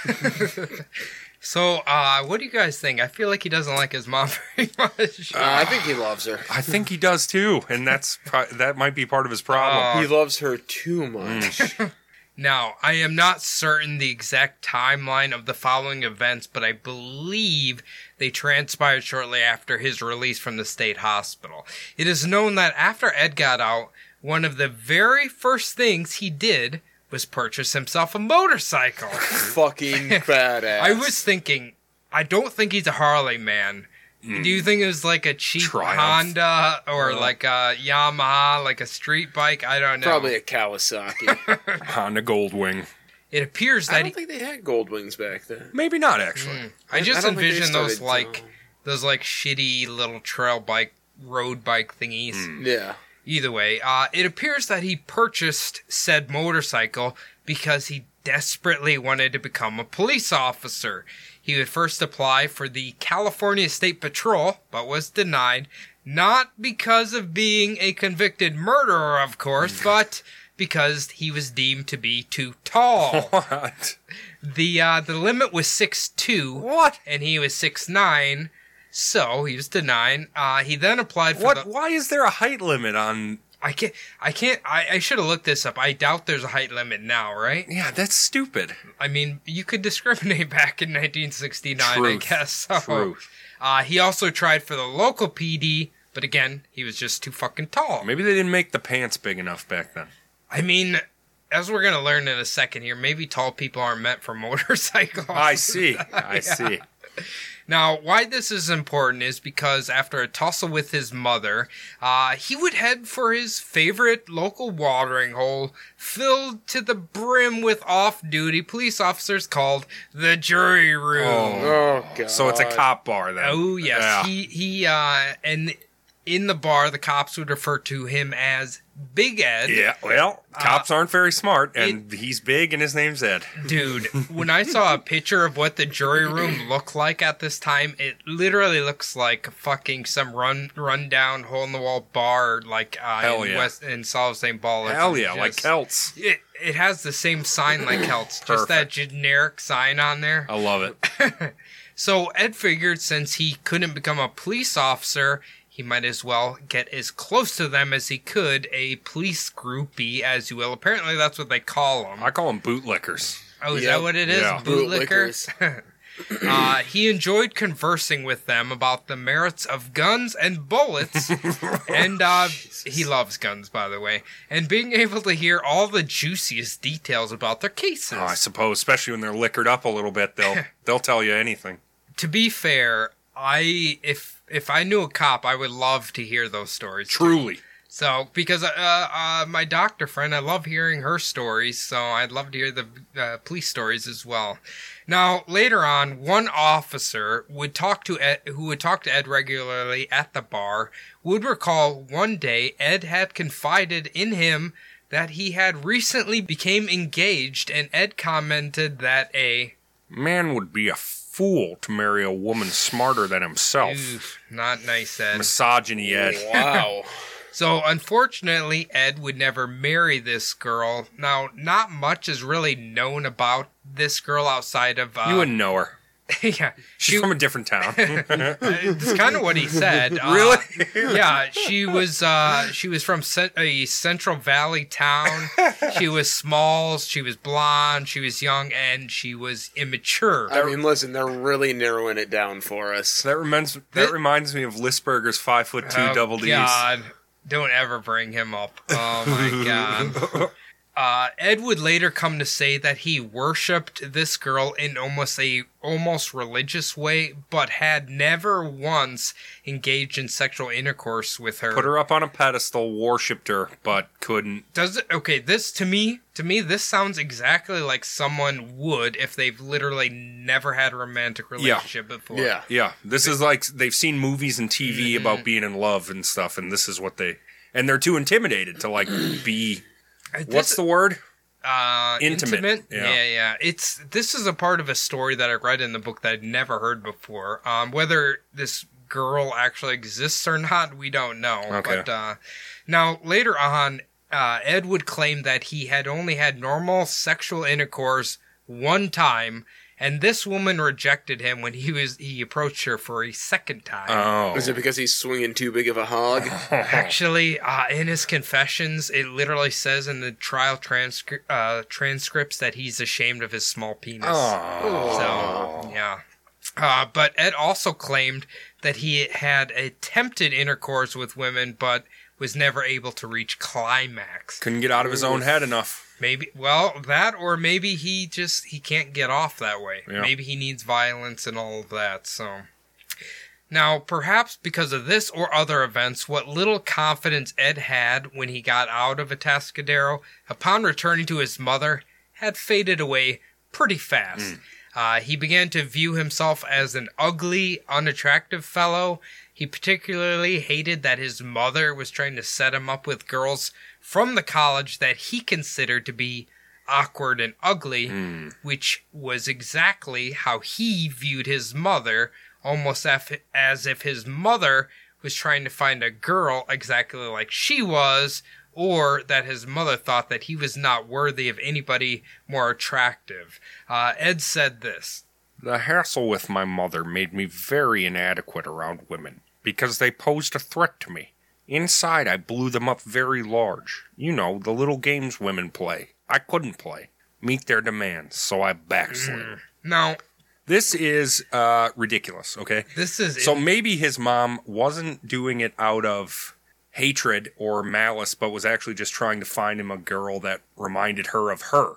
Speaker 4: So, uh, what do you guys think? I feel like he doesn't like his mom very much.
Speaker 2: Uh, I think he loves her.
Speaker 3: I think he does too, and that's pro- that might be part of his problem.
Speaker 4: Oh.
Speaker 2: He loves her too much.
Speaker 4: Mm. Now, I am not certain the exact timeline of the following events, but I believe they transpired shortly after his release from the state hospital. It is known that after Ed got out, one of the very first things he did was purchase himself a motorcycle.
Speaker 2: Fucking badass.
Speaker 4: I was thinking, I don't think he's a Harley man. Do you think it was like a cheap
Speaker 3: Mm. Triumph.
Speaker 4: Honda or like a Yamaha, like a street bike? I don't know.
Speaker 2: probably a Kawasaki.
Speaker 3: Honda Goldwing.
Speaker 4: It appears
Speaker 2: I
Speaker 4: that he-
Speaker 2: don't think they had gold wings back then.
Speaker 3: Maybe not actually.
Speaker 4: I just
Speaker 2: don't think they
Speaker 4: envision those
Speaker 2: started
Speaker 4: like
Speaker 2: till-
Speaker 4: those like shitty little trail bike road bike thingies.
Speaker 2: Yeah.
Speaker 4: Either way, uh, it appears that he purchased said motorcycle because he desperately wanted to become a police officer. He would first apply for the California State Patrol, but was denied, not because of being a convicted murderer, of
Speaker 3: Mm.
Speaker 4: course, but because he was deemed to be too tall.
Speaker 3: What?
Speaker 4: the uh, The limit was six two
Speaker 3: What?
Speaker 4: and he was six nine, so he was denied. Uh, he then applied for
Speaker 3: What?
Speaker 4: the.
Speaker 3: Why is there a height limit on?
Speaker 4: I can't. I can't. I, I should have looked this up. I doubt there's a height limit now, right?
Speaker 3: Yeah, that's stupid.
Speaker 4: I mean, you could discriminate back in 1969,
Speaker 3: Truth.
Speaker 4: I guess. So.
Speaker 3: Truth.
Speaker 4: Uh, he also tried for the local PD, but again, he was just too fucking tall.
Speaker 3: Maybe they didn't make the pants big enough back then.
Speaker 4: I mean, as we're gonna learn in a second here, maybe tall people aren't meant for motorcycles.
Speaker 3: I see. I see.
Speaker 4: Now, why this is important is because after a tussle with his mother, uh, he would head for his favorite local watering hole filled to the brim with off duty police officers called the jury room.
Speaker 2: Oh
Speaker 4: Oh,
Speaker 2: god.
Speaker 3: So it's a cop bar then.
Speaker 4: yes.
Speaker 3: Yeah.
Speaker 4: He, he, uh, and in the bar, the cops would refer to him as Big Ed.
Speaker 3: Yeah, well,
Speaker 4: Uh,
Speaker 3: cops aren't very smart, and he's big, and his name's Ed.
Speaker 4: Dude, when I saw a picture of what the jury room looked like at this time, it literally looks like fucking some run rundown hole in the wall bar, like uh,
Speaker 3: Hell
Speaker 4: in
Speaker 3: yeah.
Speaker 4: West in South St. Paul.
Speaker 3: Hell yeah, like Celts.
Speaker 4: It, it has the same sign like Celts, just that
Speaker 3: Perfect. Oh.
Speaker 4: generic sign on there.
Speaker 3: I love it.
Speaker 4: So Ed figured since he couldn't become a police officer, he might as well get as close to them as he could, a police groupie, as you will. Apparently, that's what they call them.
Speaker 3: I call them bootlickers.
Speaker 4: Oh, is
Speaker 2: Yep.
Speaker 4: that what it is?
Speaker 3: Yeah.
Speaker 4: Bootlickers. uh, he enjoyed conversing with them about the merits of guns and bullets, and uh, he loves guns, by the way, and being able to hear all the juiciest details about their cases.
Speaker 3: Oh, I suppose, especially when they're liquored up a little bit, they'll they'll tell you anything.
Speaker 4: To be fair, I if if I knew a cop, I would love to hear those stories.
Speaker 3: Truly,
Speaker 4: So, because uh, uh, my doctor friend, I love hearing her stories, so I'd love to hear the uh, police stories as well. Now, later on, one officer would talk to Ed, who would talk to Ed regularly at the bar, would recall one day Ed had confided in him that he had recently became engaged, and Ed commented that a
Speaker 3: man would be a fool to marry a woman smarter than himself.
Speaker 4: oof, not nice Ed.
Speaker 3: Misogyny, Ed.
Speaker 2: Wow.
Speaker 4: So unfortunately, Ed would never marry this girl. Now, not much is really known about this girl outside of uh,
Speaker 3: You wouldn't know her.
Speaker 4: yeah,
Speaker 3: She's
Speaker 4: she,
Speaker 3: from a different town.
Speaker 4: it's kind of what he said. Uh,
Speaker 3: really?
Speaker 4: yeah, she was uh, she was from cen- a Central Valley town. she was small, she was blonde, she was young, and she was immature.
Speaker 2: I mean, listen, they're really narrowing it down for us.
Speaker 3: That reminds that reminds me of Lisberger's five foot two
Speaker 4: Oh,
Speaker 3: double D's.
Speaker 4: God, don't ever bring him up. Oh my god. Uh, Ed would later come to say that he worshipped this girl in almost a almost religious way, but had never once engaged in sexual intercourse with her.
Speaker 3: Put her up on a pedestal, worshipped her, but couldn't.
Speaker 4: Does it okay? This to me, to me, this sounds exactly like someone would if they've literally never had a romantic relationship before.
Speaker 2: Yeah.
Speaker 3: Yeah, this is like they've seen movies and TV about being in love and stuff, and this is what they and they're too intimidated to like be.
Speaker 4: Uh, this-
Speaker 3: What's the word?
Speaker 4: uh,
Speaker 3: Intimate,
Speaker 4: Yeah.
Speaker 3: yeah.
Speaker 4: yeah, It's this is a part of a story that I read in the book that I'd never heard before. Um, whether this girl actually exists or not, we don't know.
Speaker 3: Okay.
Speaker 4: But uh, now later on, uh, Ed would claim that he had only had normal sexual intercourse one time, and this woman rejected him when he was he approached her for a second time.
Speaker 3: Oh,
Speaker 2: Is it because he's swinging too big of a hog?
Speaker 4: Actually, uh, in his confessions, it literally says in the trial transcri- uh, transcripts that he's ashamed of his small penis.
Speaker 3: Oh.
Speaker 4: So, yeah. Uh, but Ed also claimed that he had attempted intercourse with women, but was never able to reach climax.
Speaker 3: Couldn't get out of his own head enough.
Speaker 4: Maybe well, that or maybe he just he can't get off that way.
Speaker 3: Yeah.
Speaker 4: Maybe he needs violence and all of that. So now, perhaps because of this or other events, what little confidence Ed had when he got out of Atascadero upon returning to his mother had faded away pretty fast. Uh, he began to view himself as an ugly, unattractive fellow. He particularly hated that his mother was trying to set him up with girls from the college that he considered to be awkward and ugly, which was exactly how he viewed his mother, almost af- as if his mother was trying to find a girl exactly like she was, or that his mother thought that he was not worthy of anybody more attractive. Uh, Ed said this.
Speaker 3: The hassle with my mother made me very inadequate around women because they posed a threat to me. Inside, I blew them up very large. You know, the little games women play. I couldn't play, meet their demands, so I backslid.
Speaker 4: Mm. Now,
Speaker 3: This is uh, ridiculous, okay?
Speaker 4: this is
Speaker 3: So maybe his mom wasn't doing it out of hatred or malice, but was actually just trying to find him a girl that reminded her of her.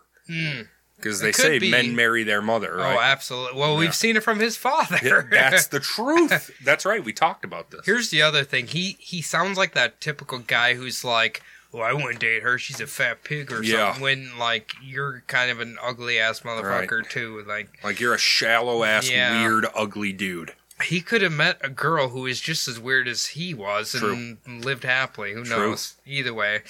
Speaker 3: Because they
Speaker 4: Hmm. It could
Speaker 3: say
Speaker 4: be.
Speaker 3: men marry their mother,
Speaker 4: oh,
Speaker 3: right?
Speaker 4: absolutely. Well, we've seen it from his father.
Speaker 3: Th- That's the truth. That's right. We talked about this.
Speaker 4: Here's the other thing. He he sounds like that typical guy who's like, "Oh, I wouldn't date her. She's a fat pig or
Speaker 3: Yeah.
Speaker 4: something." When like you're kind of an ugly ass motherfucker too. Like
Speaker 3: like you're a shallow ass,
Speaker 4: Yeah.
Speaker 3: weird, ugly dude.
Speaker 4: he could have met a girl who was just as weird as he was
Speaker 3: True.
Speaker 4: and lived happily. Who
Speaker 3: True.
Speaker 4: knows? Either way.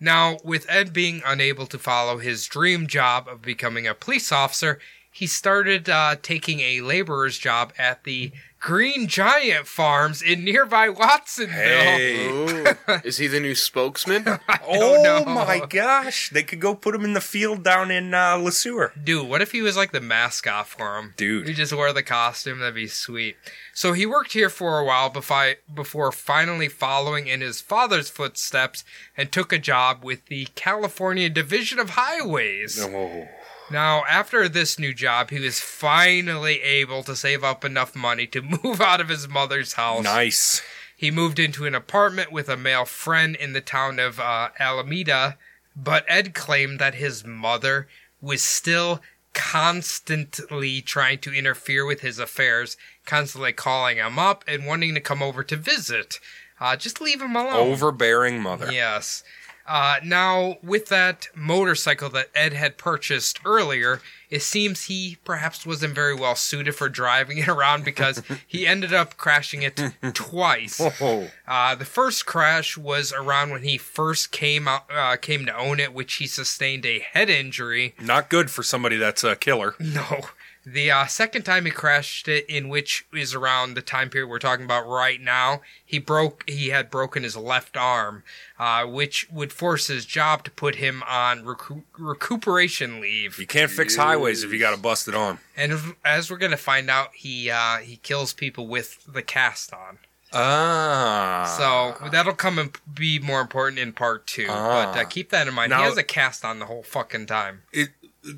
Speaker 4: Now, with Ed being unable to follow his dream job of becoming a police officer, he started uh, taking a laborer's job at the Green Giant Farms in nearby Watsonville.
Speaker 3: Hey.
Speaker 2: Ooh. Is he the new spokesman?
Speaker 3: Oh
Speaker 4: know.
Speaker 3: my gosh! They could go put him in the field down in uh, LeSueur.
Speaker 4: Dude, what if he was like the mascot for him?
Speaker 3: Dude.
Speaker 4: He just wore the costume. That'd be sweet. So he worked here for a while before, before finally following in his father's footsteps and took a job with the California Division of Highways.
Speaker 3: Oh.
Speaker 4: Now, after this new job, he was finally able to save up enough money to move out of his mother's house.
Speaker 3: Nice.
Speaker 4: He moved into an apartment with a male friend in the town of uh, Alameda, but Ed claimed that his mother was still constantly trying to interfere with his affairs, constantly calling him up and wanting to come over to visit. Uh, just leave him alone.
Speaker 3: Overbearing mother.
Speaker 4: Yes. Uh, now, with that motorcycle that Ed had purchased earlier, it seems he perhaps wasn't very well suited for driving it around because he ended up crashing it twice.
Speaker 3: Oh.
Speaker 4: Uh, the first crash was around when he first came out, uh, came to own it, which he sustained a head injury.
Speaker 3: Not good for somebody that's a killer.
Speaker 4: No. The uh, second time he crashed it, in which is around the time period we're talking about right now, he broke. He had broken his left arm, uh, which would force his job to put him on recu- recuperation leave.
Speaker 3: You can't fix highways if you got a busted arm.
Speaker 4: And as- as we're gonna find out, he uh, he kills people with the cast on.
Speaker 3: Ah.
Speaker 4: So that'll come and be more important in part two.
Speaker 3: Ah.
Speaker 4: but uh, keep that in mind.
Speaker 3: Now-
Speaker 4: he has a cast on the whole fucking time
Speaker 3: it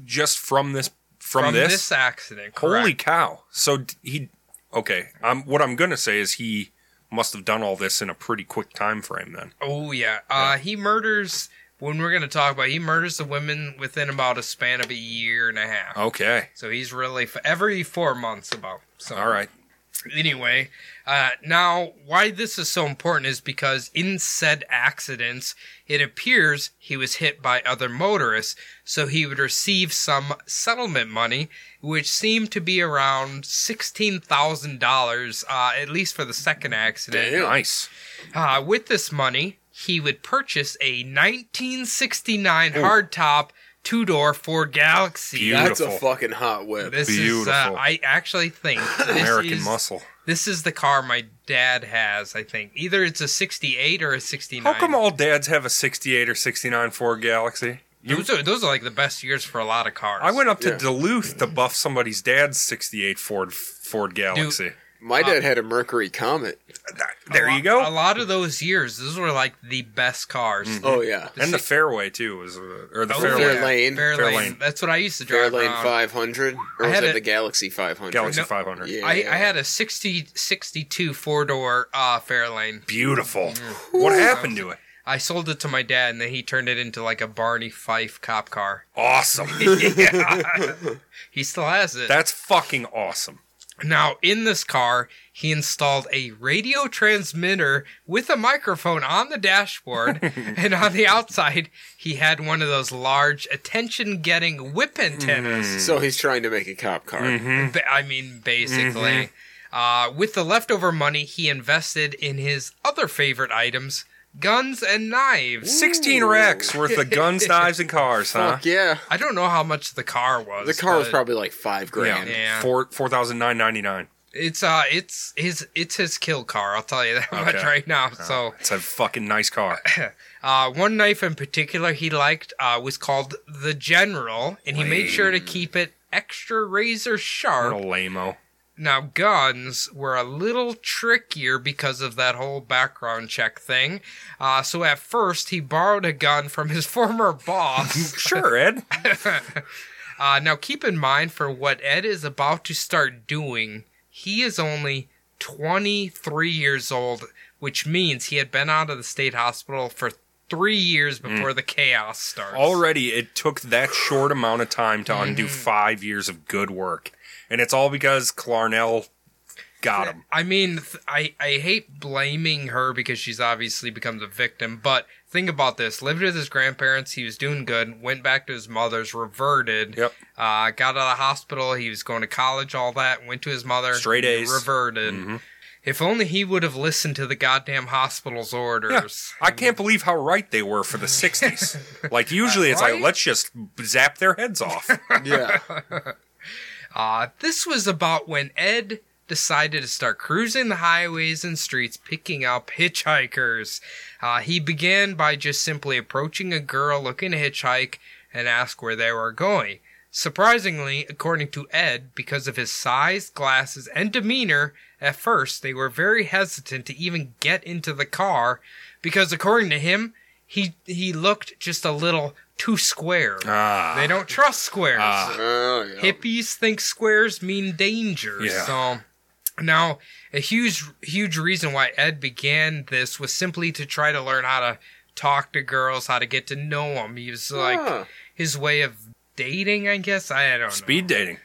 Speaker 3: just from this from, this,
Speaker 4: accident. Correct.
Speaker 3: holy cow so d- he okay um what i'm gonna say is he must have done all this in a pretty quick time frame then
Speaker 4: Oh yeah. Uh, he murders. When we're going to talk about, it, he murders the women within about a span of a year and a half.
Speaker 3: okay
Speaker 4: So he's really f- every four months about. So
Speaker 3: all right
Speaker 4: anyway, uh, now why this is so important is because in said accidents, it appears he was hit by other motorists, so he would receive some settlement money, which seemed to be around sixteen thousand uh, dollars, at least for the second accident.
Speaker 3: nice
Speaker 4: Uh, with this money, he would purchase a 1969 hardtop two door Ford Galaxy.
Speaker 3: Beautiful.
Speaker 2: That's a fucking hot whip.
Speaker 4: This is,
Speaker 3: Beautiful.
Speaker 4: uh, I actually think this
Speaker 3: american
Speaker 4: is,
Speaker 3: muscle
Speaker 4: This is the car my dad has. I think either it's a 68 or a 69.
Speaker 3: how come all dads have a 68 or 69 ford galaxy you,
Speaker 4: Those are, those are like the best years for a lot of cars.
Speaker 3: i went up to
Speaker 2: Yeah.
Speaker 3: duluth to buff somebody's dad's 68 ford ford galaxy
Speaker 2: My dad had a Mercury Comet.
Speaker 3: There
Speaker 4: A lo-
Speaker 3: you go.
Speaker 4: A lot of those years, those were like the best cars.
Speaker 2: Oh yeah,
Speaker 3: and the fairway too was, uh, or the
Speaker 4: Oh,
Speaker 3: fairway,
Speaker 2: Fair Lane.
Speaker 4: Fair,
Speaker 3: Fair
Speaker 4: lane.
Speaker 3: Lane.
Speaker 4: That's what I used to drive
Speaker 2: Fairlane
Speaker 4: around.
Speaker 2: 500, or
Speaker 4: I
Speaker 2: was
Speaker 4: had
Speaker 2: it
Speaker 4: a-
Speaker 2: the Galaxy 500?
Speaker 3: Galaxy
Speaker 4: No.
Speaker 3: 500.
Speaker 2: Yeah.
Speaker 4: I, I had a 60, 62 four door uh, Fairlane.
Speaker 3: Beautiful. What happened to it?
Speaker 4: I sold it to my dad, and then he turned it into like a Barney Fife cop car.
Speaker 3: Awesome. yeah.
Speaker 4: He still has it.
Speaker 3: That's fucking awesome.
Speaker 4: now, in this car, he installed a radio transmitter with a microphone on the dashboard, and on the outside, he had one of those large attention getting whip antennas.
Speaker 2: So he's trying to make a cop car.
Speaker 3: Mm-hmm.
Speaker 4: Ba- I mean, basically.
Speaker 2: Mm-hmm.
Speaker 4: Uh, with the leftover money, he invested in his other favorite items guns and knives.
Speaker 3: 16 racks worth of guns, knives, and cars, huh?
Speaker 2: Fuck yeah.
Speaker 4: I don't know how much the car was.
Speaker 2: The car was
Speaker 4: but
Speaker 2: probably like five grand.
Speaker 4: Yeah.
Speaker 3: Four four thousand nine ninety nine.
Speaker 4: It's uh, it's his it's his kill car. I'll tell you that much
Speaker 3: Okay.
Speaker 4: right now.
Speaker 2: Oh.
Speaker 4: So,
Speaker 3: It's a fucking nice car.
Speaker 4: uh, one knife in particular he liked uh, was called the General, and he made sure to keep it extra razor sharp.
Speaker 3: What a lame-o.
Speaker 4: Now, guns were a little trickier because of that whole background check thing. Uh, so at first, he borrowed a gun from his former boss.
Speaker 3: Sure, Ed.
Speaker 4: Uh, now, keep in mind for what Ed is about to start doing, he is only 23 years old, which means he had been out of the state hospital for three years before the chaos starts.
Speaker 3: Already, it took that short amount of time to undo
Speaker 4: Mm-hmm.
Speaker 3: five years of good work, and it's all because Clarnell got him.
Speaker 4: I mean, th- I, I hate blaming her because she's obviously become the victim, but think about this. Lived with his grandparents, he was doing good, went back to his mother's, reverted,
Speaker 3: Yep.
Speaker 4: uh, got out of the hospital, he was going to college, all that, went to his mother,
Speaker 3: Straight A's. Mm-hmm.
Speaker 4: reverted. If only he would have listened to the goddamn hospital's
Speaker 3: Yeah.
Speaker 4: orders.
Speaker 3: I can't believe how right they were for the 60s. Like, usually it's like,
Speaker 4: Right?
Speaker 3: let's just zap their heads off.
Speaker 2: Yeah.
Speaker 4: Uh, this was about when Ed decided to start cruising the highways and streets picking up hitchhikers. Uh, he began by just simply approaching a girl looking to hitchhike and ask where they were going. Surprisingly, according to Ed, because of his size, glasses, and demeanor, at first they were very hesitant to even get into the car because according to him, he he looked just a little too square.
Speaker 3: Ah.
Speaker 4: they don't trust squares
Speaker 2: Oh, yeah.
Speaker 4: hippies think squares mean danger.
Speaker 3: Yeah.
Speaker 4: So now a huge huge reason why Ed began this was simply to try to learn how to talk to girls, how to get to know them. He was like
Speaker 2: Huh.
Speaker 4: his way of dating, I guess. I don't know.
Speaker 3: Speed dating,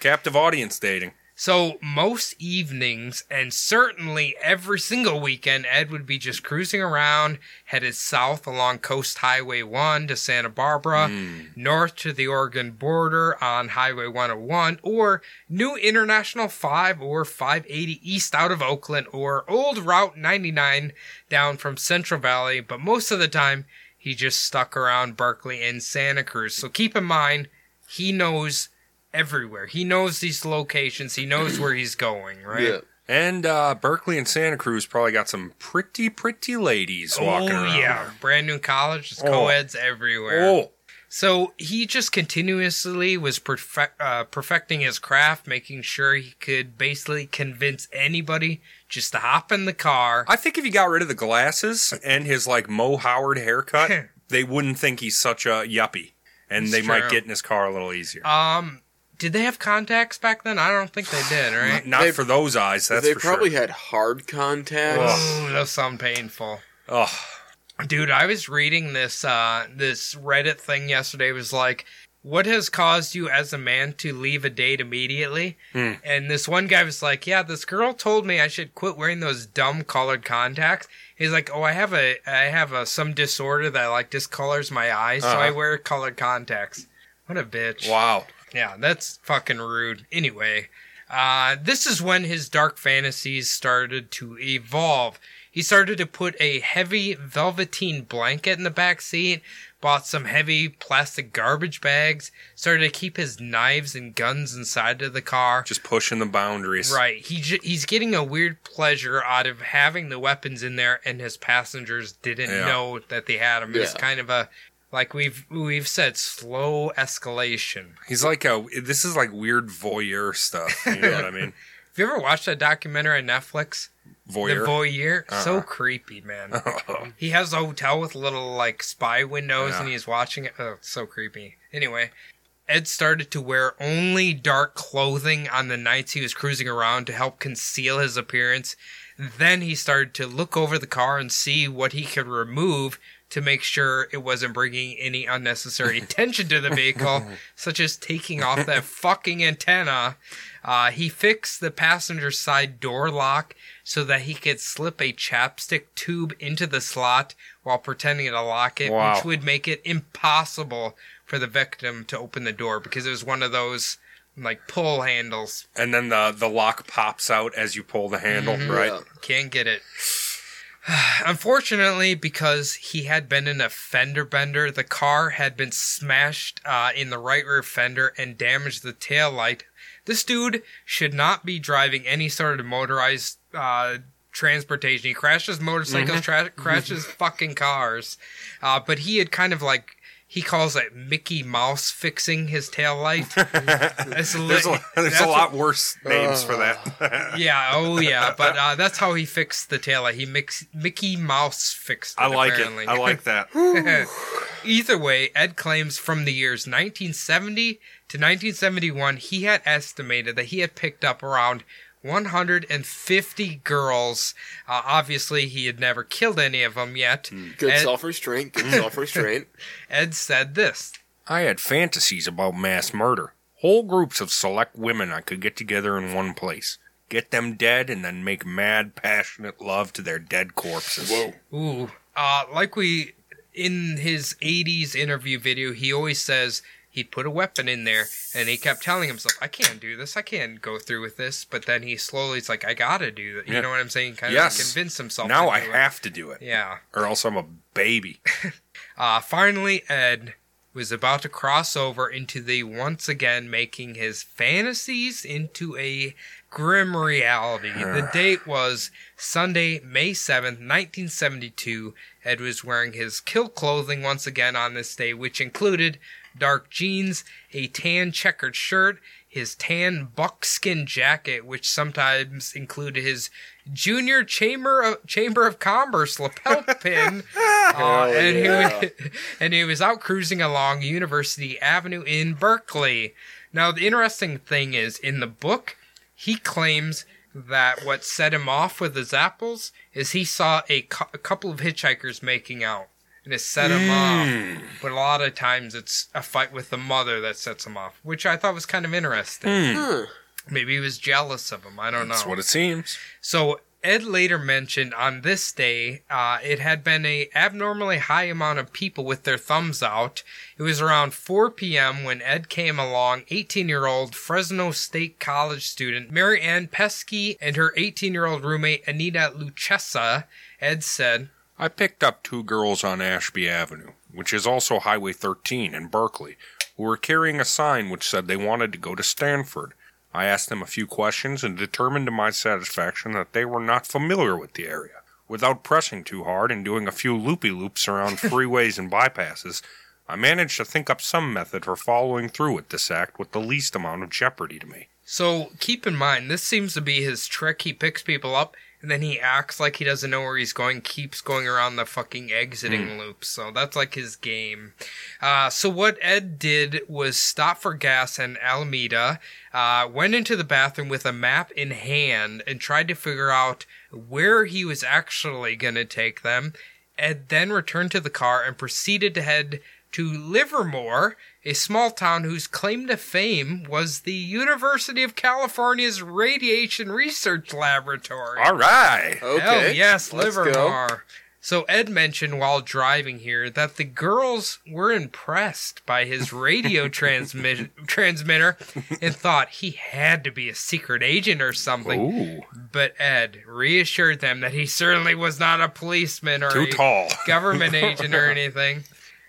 Speaker 3: captive audience dating.
Speaker 4: So most evenings and certainly every single weekend, Ed would be just cruising around, headed south along Coast Highway 1 to Santa Barbara, north to the Oregon border on Highway 101, or New International 5 or 580 east out of Oakland, or Old Route 99 down from Central Valley. But most of the time, he just stuck around Berkeley and Santa Cruz. So keep in mind, he knows everywhere. He knows these locations. He knows where he's going, right?
Speaker 2: Yeah.
Speaker 3: And uh, Berkeley and Santa Cruz probably got some pretty, pretty ladies walking
Speaker 4: oh,
Speaker 3: around.
Speaker 4: yeah. Brand new college, just
Speaker 3: Oh.
Speaker 4: co-eds everywhere.
Speaker 3: Oh,
Speaker 4: So he just continuously was perfect, uh, perfecting his craft, making sure he could basically convince anybody just to hop in the car.
Speaker 3: I think if he got rid of the glasses and his like Mo Howard haircut, they wouldn't think he's such a yuppie, and
Speaker 4: It's
Speaker 3: they might
Speaker 4: true.
Speaker 3: get in his car a little easier.
Speaker 4: Um, did they have contacts back then? I don't think they did, right?
Speaker 3: Not
Speaker 2: they-
Speaker 3: for those eyes. That's
Speaker 2: they
Speaker 3: for
Speaker 2: probably
Speaker 3: sure.
Speaker 2: had hard contacts.
Speaker 4: Oh, those sound painful.
Speaker 3: Ugh.
Speaker 4: Dude, I was reading this uh this Reddit thing yesterday It was like what has caused you as a man to leave a date immediately?
Speaker 3: Hmm.
Speaker 4: And this one guy was like, "Yeah, this girl told me I should quit wearing those dumb colored contacts." He's like, "Oh, I have a I have a some disorder that like discolors my eyes, so I
Speaker 3: Uh-huh.
Speaker 4: wear colored contacts." What a bitch.
Speaker 3: Wow.
Speaker 4: Yeah, that's fucking rude. Anyway, uh, this is when his dark fantasies started to evolve. He started to put a heavy velveteen blanket in the back seat, bought some heavy plastic garbage bags, started to keep his knives and guns inside of the car.
Speaker 3: Just pushing the boundaries.
Speaker 4: Right, he j- he's getting a weird pleasure out of having the weapons in there, and his passengers didn't
Speaker 3: Yeah.
Speaker 4: know that they had them. It's
Speaker 2: Yeah.
Speaker 4: kind of a like we've we've said slow escalation.
Speaker 3: He's like a. This is like weird voyeur stuff. You know what I mean?
Speaker 4: Have you ever watched that documentary on Netflix? The
Speaker 3: Voyeur.
Speaker 4: Voyeur. So
Speaker 3: Uh-uh.
Speaker 4: creepy, man. He has a hotel with little like spy windows, and
Speaker 3: Yeah.
Speaker 4: he's watching it. Oh, it's so creepy. Anyway, Ed started to wear only dark clothing on the nights he was cruising around to help conceal his appearance. Then he started to look over the car and see what he could remove to make sure it wasn't bringing any unnecessary attention to the vehicle, such as taking off that fucking antenna. Uh, he fixed the passenger side door lock so that he could slip a chapstick tube into the slot while pretending to lock it,
Speaker 3: Wow.
Speaker 4: which would make it impossible for the victim to open the door because it was one of those like pull handles.
Speaker 3: and then the the lock pops out as you pull the handle,
Speaker 4: Mm-hmm.
Speaker 3: right?
Speaker 4: Can't get it. Unfortunately, because he had been in a fender bender, the car had been smashed uh, in the right rear fender and damaged the taillight. This dude should not be driving any sort of motorized uh, transportation. He crashes
Speaker 3: Mm-hmm.
Speaker 4: motorcycles, tra- crashes fucking cars. Uh, but he had kind of like, he calls it Mickey Mouse fixing his taillight. That's li-
Speaker 3: There's a, there's
Speaker 4: that's
Speaker 3: a lot
Speaker 4: what-
Speaker 3: worse names for that.
Speaker 4: yeah, oh yeah, but uh, that's how he fixed the tail. He mix Mickey Mouse fixed. It,
Speaker 3: I like
Speaker 4: apparently.
Speaker 3: it. I like that.
Speaker 4: Either way, Ed claims from the years 1970 to 1971, he had estimated that he had picked up around 150 girls. Uh, obviously, he had never killed any of them yet.
Speaker 3: Hmm.
Speaker 2: Good
Speaker 4: Ed,
Speaker 2: self restraint.
Speaker 3: Mm.
Speaker 2: Good self restraint.
Speaker 4: Ed said this.
Speaker 3: I had fantasies about mass murder. Whole groups of select women I could get together in one place, get them dead, and then make mad, passionate love to their dead corpses. Whoa.
Speaker 4: Ooh. Uh, like we in his 80s interview video, he always says he'd put a weapon in there and he kept telling himself, I can't do this. I can't go through with this. But then he slowly, it's like, I gotta do that. You
Speaker 3: Yeah.
Speaker 4: know what I'm saying? Kind
Speaker 3: Yes.
Speaker 4: of convince himself.
Speaker 3: Now
Speaker 4: to
Speaker 3: I
Speaker 4: do it.
Speaker 3: have to do it,
Speaker 4: Yeah.
Speaker 3: or else I'm a baby.
Speaker 4: Uh, finally, Ed was about to cross over into the once again making his fantasies into a grim reality. the date was Sunday, May 7th, 1972. Ed was wearing his kill clothing once again on this day, which included dark jeans, a tan checkered shirt, his tan buckskin jacket, which sometimes included his junior chamber of, chamber of commerce lapel pin.
Speaker 3: Oh,
Speaker 4: Uh, and, he was, and he was out cruising along University Avenue in Berkeley. Now, the interesting thing is, in the book, he claims that what set him off with his apples is he saw a, cou- a couple of hitchhikers making out, and it set him
Speaker 3: Hmm.
Speaker 4: off. But a lot of times it's a fight with the mother that sets him off, which I thought was kind of interesting.
Speaker 2: Huh.
Speaker 4: Maybe he was jealous of him. I don't know.
Speaker 3: Hmm. That's what it seems.
Speaker 4: So Ed later mentioned on this day, uh, it had been a abnormally high amount of people with their thumbs out. It was around 4 p.m. when Ed came along, 18-year-old Fresno State College student Mary Ann Pesky and her 18-year-old roommate Anita Lucchesa. Ed said,
Speaker 3: I picked up two girls on Ashby Avenue, which is also Highway 13 in Berkeley, who were carrying a sign which said they wanted to go to Stanford. I asked them a few questions and determined to my satisfaction that they were not familiar with the area. Without pressing too hard and doing a few loopy loops around freeways and bypasses, I managed to think up some method for following through with this act with the least amount of jeopardy to me.
Speaker 4: So keep in mind, this seems to be his trick. He picks people up and then he acts like he doesn't know where he's going, keeps going around the fucking exiting loop. So that's like his game. Uh, so what Ed did was stop for gas in Alameda, uh, went into the bathroom with a map in hand, and tried to figure out where he was actually going to take them. Ed then returned to the car and proceeded to head to Livermore, a small town whose claim to fame was the University of California's Radiation Research Laboratory.
Speaker 3: All right!
Speaker 2: Okay.
Speaker 4: Hell yes,
Speaker 2: Let's go.
Speaker 4: Livermore. So Ed mentioned while driving here that the girls were impressed by his radio transmit- transmitter and thought he had to be a secret agent or
Speaker 2: Oh.
Speaker 4: something.
Speaker 3: Ooh,
Speaker 4: But Ed reassured them that he certainly was not a policeman or
Speaker 3: too
Speaker 4: a
Speaker 3: tall.
Speaker 4: government agent or anything.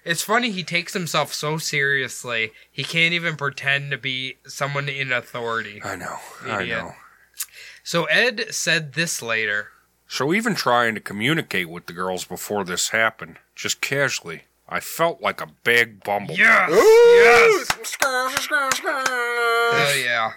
Speaker 4: It's funny he takes himself so seriously he can't even pretend to be someone in authority.
Speaker 3: I know, I
Speaker 4: Idiot.
Speaker 3: know.
Speaker 4: So Ed said this later.
Speaker 3: So even trying to communicate with the girls before this happened, just casually, I felt like a big bumble.
Speaker 4: Yes.
Speaker 2: Ooh,
Speaker 4: Hell yeah.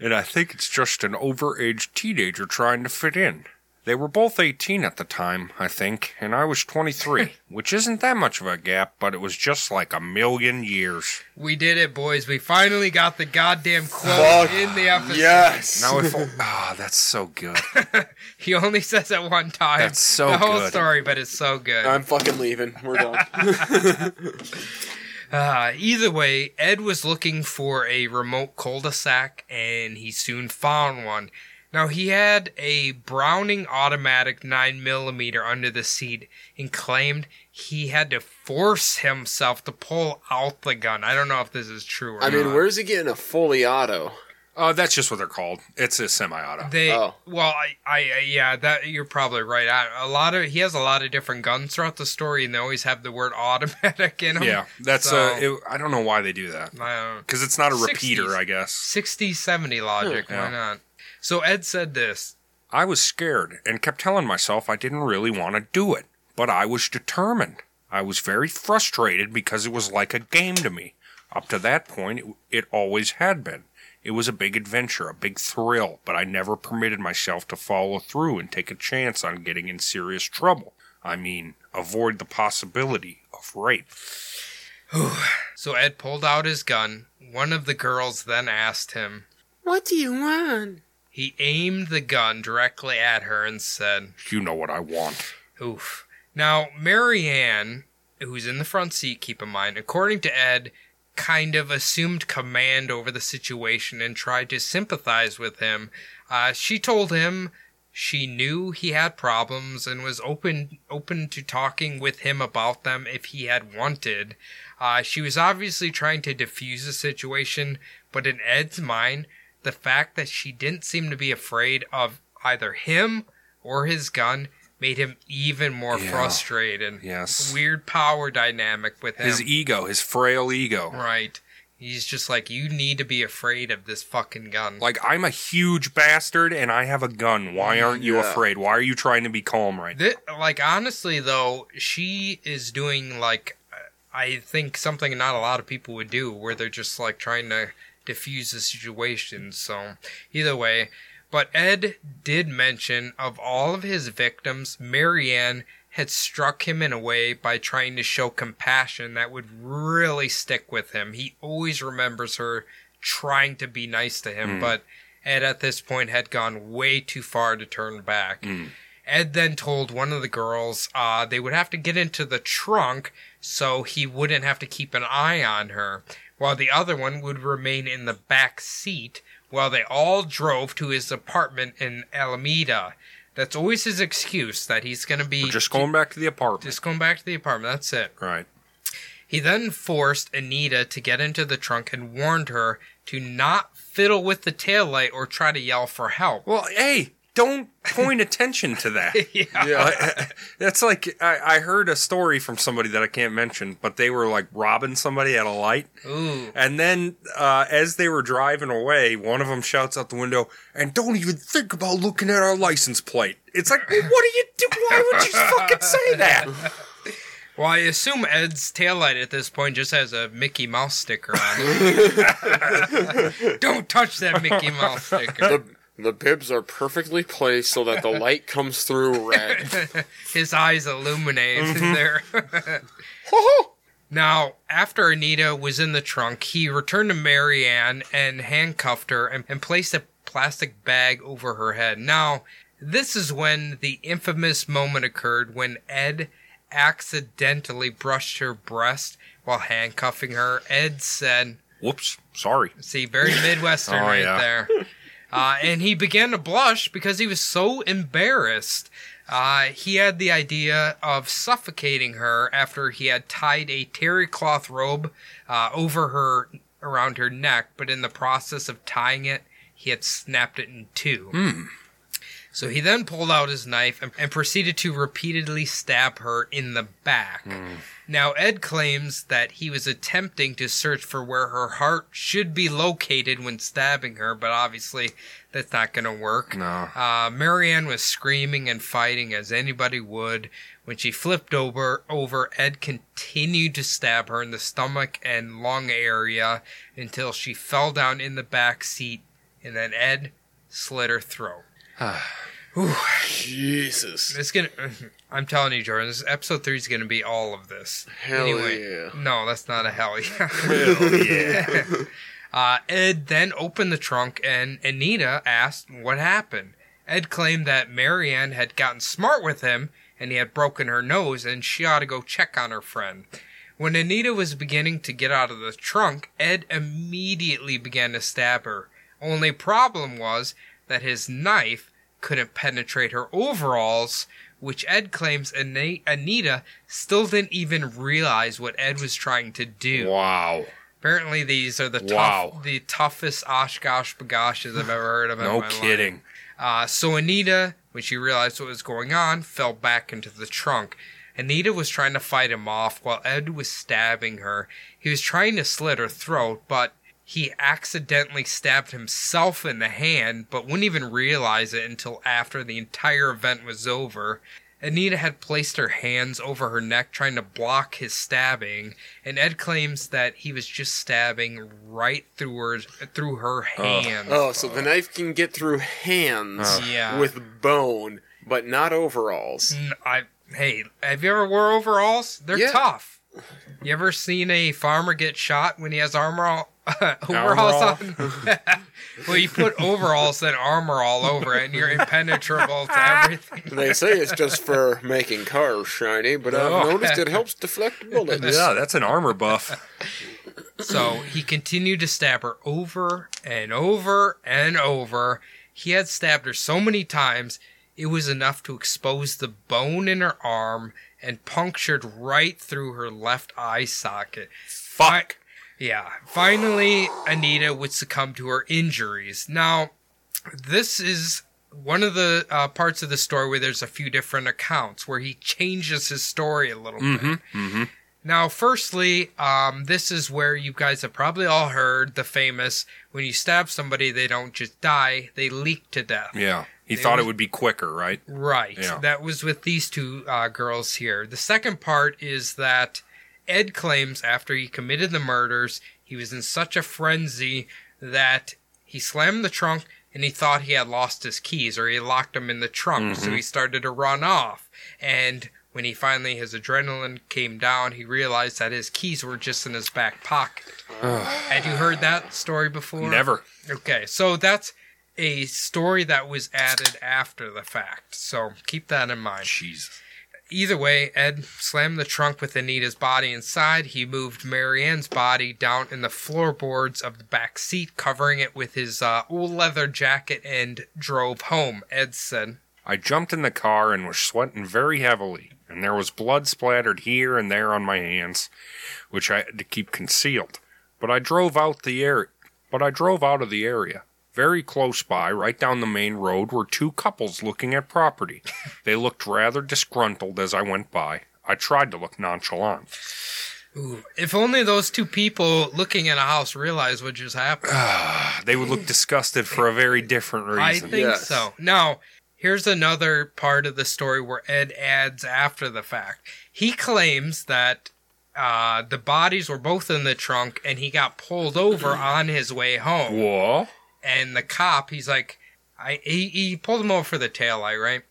Speaker 3: and I think it's just an overage teenager trying to fit in. They were both 18 at the time, I think, and I was 23, which isn't that much of a gap, but it was just like a million years.
Speaker 4: We did it, boys. We finally got the goddamn quote
Speaker 2: Fuck
Speaker 4: in the episode.
Speaker 2: Yes.
Speaker 3: Now I feel, ah, that's so good.
Speaker 4: He only says it one time.
Speaker 3: That's so
Speaker 4: The whole
Speaker 3: good.
Speaker 4: story, but it's so good.
Speaker 2: I'm fucking leaving. We're done.
Speaker 4: Uh, either way, Ed was looking for a remote cul-de-sac, and he soon found one. Now, he had a Browning automatic 9mm under the seat and claimed he had to force himself to pull out the gun. I don't know if this is true or
Speaker 2: I mean,
Speaker 4: not.
Speaker 2: where's he getting a fully auto?
Speaker 3: Uh, that's just what they're called. It's a semi-auto.
Speaker 4: They
Speaker 2: Oh.
Speaker 4: well, I, I, I- yeah, that you're probably right. I, a lot of he has a lot of different guns throughout the story, and they always have the word automatic in them.
Speaker 3: yeah, that's
Speaker 4: so-
Speaker 3: uh, it, I don't know why they do that
Speaker 4: Uh,
Speaker 3: because it's not a
Speaker 4: 60s.
Speaker 3: repeater, I guess.
Speaker 4: 60 70 logic.
Speaker 3: Yeah.
Speaker 4: Why not? So Ed said this.
Speaker 3: I was scared and kept telling myself I didn't really want to do it, but I was determined. I was very frustrated because it was like a game to me. Up to that point, it, it always had been. It was a big adventure, a big thrill, but I never permitted myself to follow through and take a chance on getting in serious trouble. I mean, avoid the possibility of rape.
Speaker 4: So Ed pulled out his gun. One of the girls then asked him.
Speaker 2: What do you want?
Speaker 4: He aimed the gun directly at her and said,
Speaker 3: You know what I want.
Speaker 4: Oof. Now, Marianne, who's in the front seat, keep in mind, according to Ed, kind of assumed command over the situation and tried to sympathize with him. Uh, she told him she knew he had problems and was open open to talking with him about them if he had wanted. Uh, she was obviously trying to defuse the situation, but in Ed's mind, the fact that she didn't seem to be afraid of either him or his gun made him even more
Speaker 3: Yeah.
Speaker 4: frustrated.
Speaker 3: Yes.
Speaker 4: Weird power dynamic with him.
Speaker 3: His ego, his frail ego.
Speaker 4: right. He's just like, you need to be afraid of this fucking gun.
Speaker 3: Like, I'm a huge bastard and I have a gun. Why aren't you
Speaker 2: Yeah.
Speaker 3: afraid? Why are you trying to be calm right now?
Speaker 4: Thi- like honestly though, she is doing like I think something not a lot of people would do, where they're just like trying to diffuse the situation. So either way, but Ed did mention of all of his victims, Marianne had struck him in a way by trying to show compassion that would really stick with him. He always remembers her trying to be nice to him, but Ed at this point had gone way too far to turn back. Ed then told one of the girls uh, they would have to get into the trunk so he wouldn't have to keep an eye on her, while the other one would remain in the back seat while they all drove to his apartment in Alameda. That's always his excuse that he's going to be
Speaker 3: Just going back to the apartment.
Speaker 4: just going back to the apartment. That's it.
Speaker 3: right.
Speaker 4: He then forced Anita to get into the trunk and warned her to not fiddle with the taillight or try to yell for help.
Speaker 3: Well, hey, don't point attention to that. Uh, that's like I, I heard a story from somebody that I can't mention, but they were like robbing somebody at a light,
Speaker 4: Ooh.
Speaker 3: and then uh, as they were driving away, one of them shouts out the window, "And don't even think about looking at our license plate." It's like, well, what do you do? Why would you fucking say that?
Speaker 4: Well, I assume Ed's taillight at this point just has a Mickey Mouse sticker on it. Don't touch that Mickey Mouse sticker.
Speaker 2: The the bibs are perfectly placed so that the light comes through red.
Speaker 4: His eyes illuminate there.
Speaker 2: Ho-ho!
Speaker 4: now, after Anita was in the trunk, he returned to Marianne and handcuffed her and, and placed a plastic bag over her head. Now, this is when the infamous moment occurred when Ed accidentally brushed her breast while handcuffing her. Ed said,
Speaker 3: Whoops, sorry.
Speaker 4: See, very Midwestern
Speaker 3: Oh,
Speaker 4: right
Speaker 3: yeah.
Speaker 4: there. Uh, and he began to blush because he was so embarrassed. Uh, he had the idea of suffocating her after he had tied a terry cloth robe uh, over her around her neck, but in the process of tying it, he had snapped it in two. So he then pulled out his knife and, and proceeded to repeatedly stab her in the back. Now, Ed claims that he was attempting to search for where her heart should be located when stabbing her, but obviously that's not going to work.
Speaker 3: No.
Speaker 4: Uh, Marianne was screaming and fighting as anybody would. When she flipped over, over Ed continued to stab her in the stomach and lung area until she fell down in the back seat and then Ed slit her throat.
Speaker 2: Jesus.
Speaker 4: It's gonna. I'm telling you, Jordan, this episode three is gonna be all of this.
Speaker 2: Hell yeah.
Speaker 4: No, that's not a hell yeah.
Speaker 3: Hell yeah.
Speaker 4: uh, Ed then opened the trunk, and Anita asked what happened. Ed claimed that Marianne had gotten smart with him, and he had broken her nose, and she ought to go check on her friend. When Anita was beginning to get out of the trunk, Ed immediately began to stab her. Only problem was that his knife couldn't penetrate her overalls, which Ed claims Ana- Anita still didn't even realize what Ed was trying to do.
Speaker 3: Wow.
Speaker 4: Apparently, these are the
Speaker 3: Wow.
Speaker 4: tough, the toughest Oshkosh bagoshes I've ever heard of. in
Speaker 3: No
Speaker 4: my life.
Speaker 3: kidding.
Speaker 4: Uh, so Anita, when she realized what was going on, fell back into the trunk. Anita was trying to fight him off while Ed was stabbing her. He was trying to slit her throat, but he accidentally stabbed himself in the hand, but wouldn't even realize it until after the entire event was over. Anita had placed her hands over her neck trying to block his stabbing, and Ed claims that he was just stabbing right through her through her hand.
Speaker 2: Oh, so the knife can get through hands
Speaker 4: Yeah.
Speaker 2: with bone, but not overalls.
Speaker 4: N- I hey, have you ever wore overalls? They're
Speaker 2: Yeah.
Speaker 4: tough. You ever seen a farmer get shot when he has armor all overalls on? well, you put overalls then armor all over it, and you're impenetrable to everything.
Speaker 2: They say it's just for making cars shiny, but I've
Speaker 4: No.
Speaker 2: noticed it helps deflect bullets.
Speaker 3: Yeah, that's an armor buff.
Speaker 4: So he continued to stab her over and over and over. He had stabbed her so many times, it was enough to expose the bone in her arm and punctured right through her left eye socket.
Speaker 3: Fuck.
Speaker 4: Yeah. Finally, Anita would succumb to her injuries. Now, this is one of the uh, parts of the story where there's a few different accounts where he changes his story a little bit. Now, firstly, um, this is where you guys have probably all heard the famous when you stab somebody, they don't just die, they leak to death.
Speaker 3: Yeah. He thought it would be quicker, right?
Speaker 4: Right.
Speaker 3: Yeah.
Speaker 4: That was with these two uh, girls here. The second part is that Ed claims after he committed the murders, he was in such a frenzy that he slammed the trunk and he thought he had lost his keys or he locked them in the trunk.
Speaker 3: Mm-hmm.
Speaker 4: So he started to run off. And when he finally, his adrenaline came down, he realized that his keys were just in his back pocket. had you heard that story before?
Speaker 3: Never.
Speaker 4: Okay, so that's a story that was added after the fact. So keep that in mind.
Speaker 3: Jesus.
Speaker 4: Either way, Ed slammed the trunk with Anita's body inside. He moved Marianne's body down in the floorboards of the back seat, covering it with his uh, old leather jacket, and drove home. Ed said,
Speaker 3: I jumped in the car and was sweating very heavily, and there was blood splattered here and there on my hands, which I had to keep concealed. But I drove out the air but I drove out of the area. Very close by, right down the main road, were two couples looking at property. They looked rather disgruntled as I went by. I tried to look nonchalant.
Speaker 4: Ooh, "If only those two people looking at a house realized what just happened."
Speaker 3: They would look disgusted for a very different
Speaker 4: I
Speaker 3: reason.
Speaker 4: think
Speaker 2: Yes.
Speaker 4: so. Now, here's another part of the story where Ed adds after the fact. He claims that uh, the bodies were both in the trunk and he got pulled over on his way home.
Speaker 3: Whoa.
Speaker 4: And the cop, he's like, I, he, he pulled him over for the taillight, right?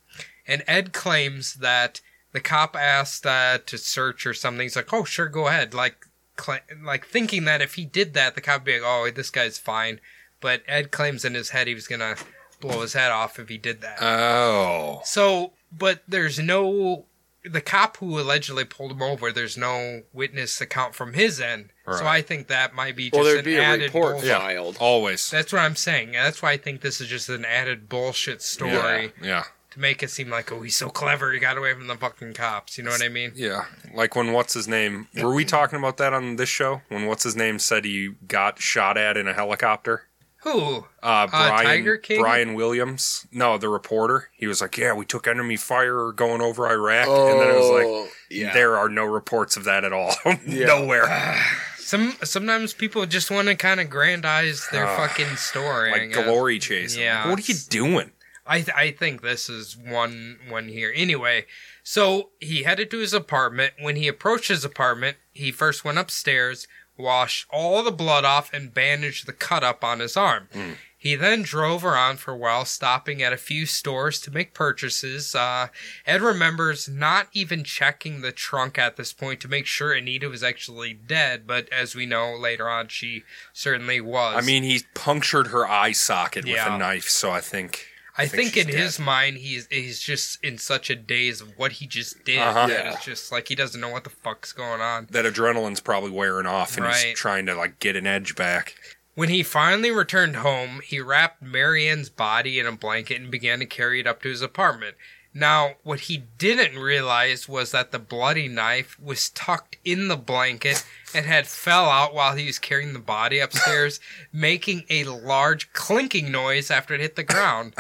Speaker 4: And Ed claims that the cop asked uh, to search or something. He's like, oh, sure, go ahead. Like, cl- like thinking that if he did that, the cop would be like, oh, this guy's fine. But Ed claims in his head he was going to blow his head off if he did that.
Speaker 3: Oh.
Speaker 4: So, but there's no the cop who allegedly pulled him over. There's no witness account from his end. So
Speaker 3: Right.
Speaker 4: I think that might be just
Speaker 2: Well,
Speaker 4: an
Speaker 2: there'd be a
Speaker 4: added
Speaker 2: report
Speaker 4: bullshit.
Speaker 2: filed.
Speaker 3: Always.
Speaker 4: That's what I'm saying. That's why I think this is just an added bullshit story
Speaker 3: Yeah.
Speaker 4: to make it seem like oh he's so clever he got away from the fucking cops. You know what I mean?
Speaker 3: Yeah. Like when what's his name? Were we talking about that on this show? When what's his name said he got shot at in a helicopter?
Speaker 4: Who?
Speaker 3: Uh, Brian,
Speaker 4: Tiger King?
Speaker 3: Brian Williams. No, the reporter. He was like, "Yeah, we took enemy fire going over Iraq," and then it was like,
Speaker 2: Oh, yeah.
Speaker 3: "There are no reports of that at all.
Speaker 2: Yeah.
Speaker 3: Nowhere.
Speaker 4: Some sometimes people just want to kind of grandize their
Speaker 3: Ah,
Speaker 4: fucking story. I
Speaker 3: like
Speaker 4: guess.
Speaker 3: glory chasing.
Speaker 4: Yeah.
Speaker 3: What are you doing?
Speaker 4: I th- I think this is one one here. Anyway, so he headed to his apartment. When he approached his apartment, he first
Speaker 3: Hmm.
Speaker 4: went upstairs, washed all the blood off, and bandaged the cut up on his arm. He then drove around for a while, stopping at a few stores to make purchases. Uh, Ed remembers not even checking the trunk at this point to make sure Anita was actually dead, but as we know later on, she certainly was.
Speaker 3: I mean, he punctured her eye socket with
Speaker 4: Yeah.
Speaker 3: a knife, so I think.
Speaker 4: I think, in
Speaker 3: she's
Speaker 4: his
Speaker 3: dead.
Speaker 4: mind, he's he's just in such a daze of what he just did
Speaker 3: Uh-huh.
Speaker 4: that
Speaker 2: Yeah.
Speaker 4: it's just like he doesn't know what the fuck's going on.
Speaker 3: that adrenaline's probably wearing off, and
Speaker 4: Right.
Speaker 3: he's trying to like get an edge back.
Speaker 4: When he finally returned home, he wrapped Marianne's body in a blanket and began to carry it up to his apartment. Now, what he didn't realize was that the bloody knife was tucked in the blanket and had fell out while he was carrying the body upstairs, making a large clinking noise after it hit the ground.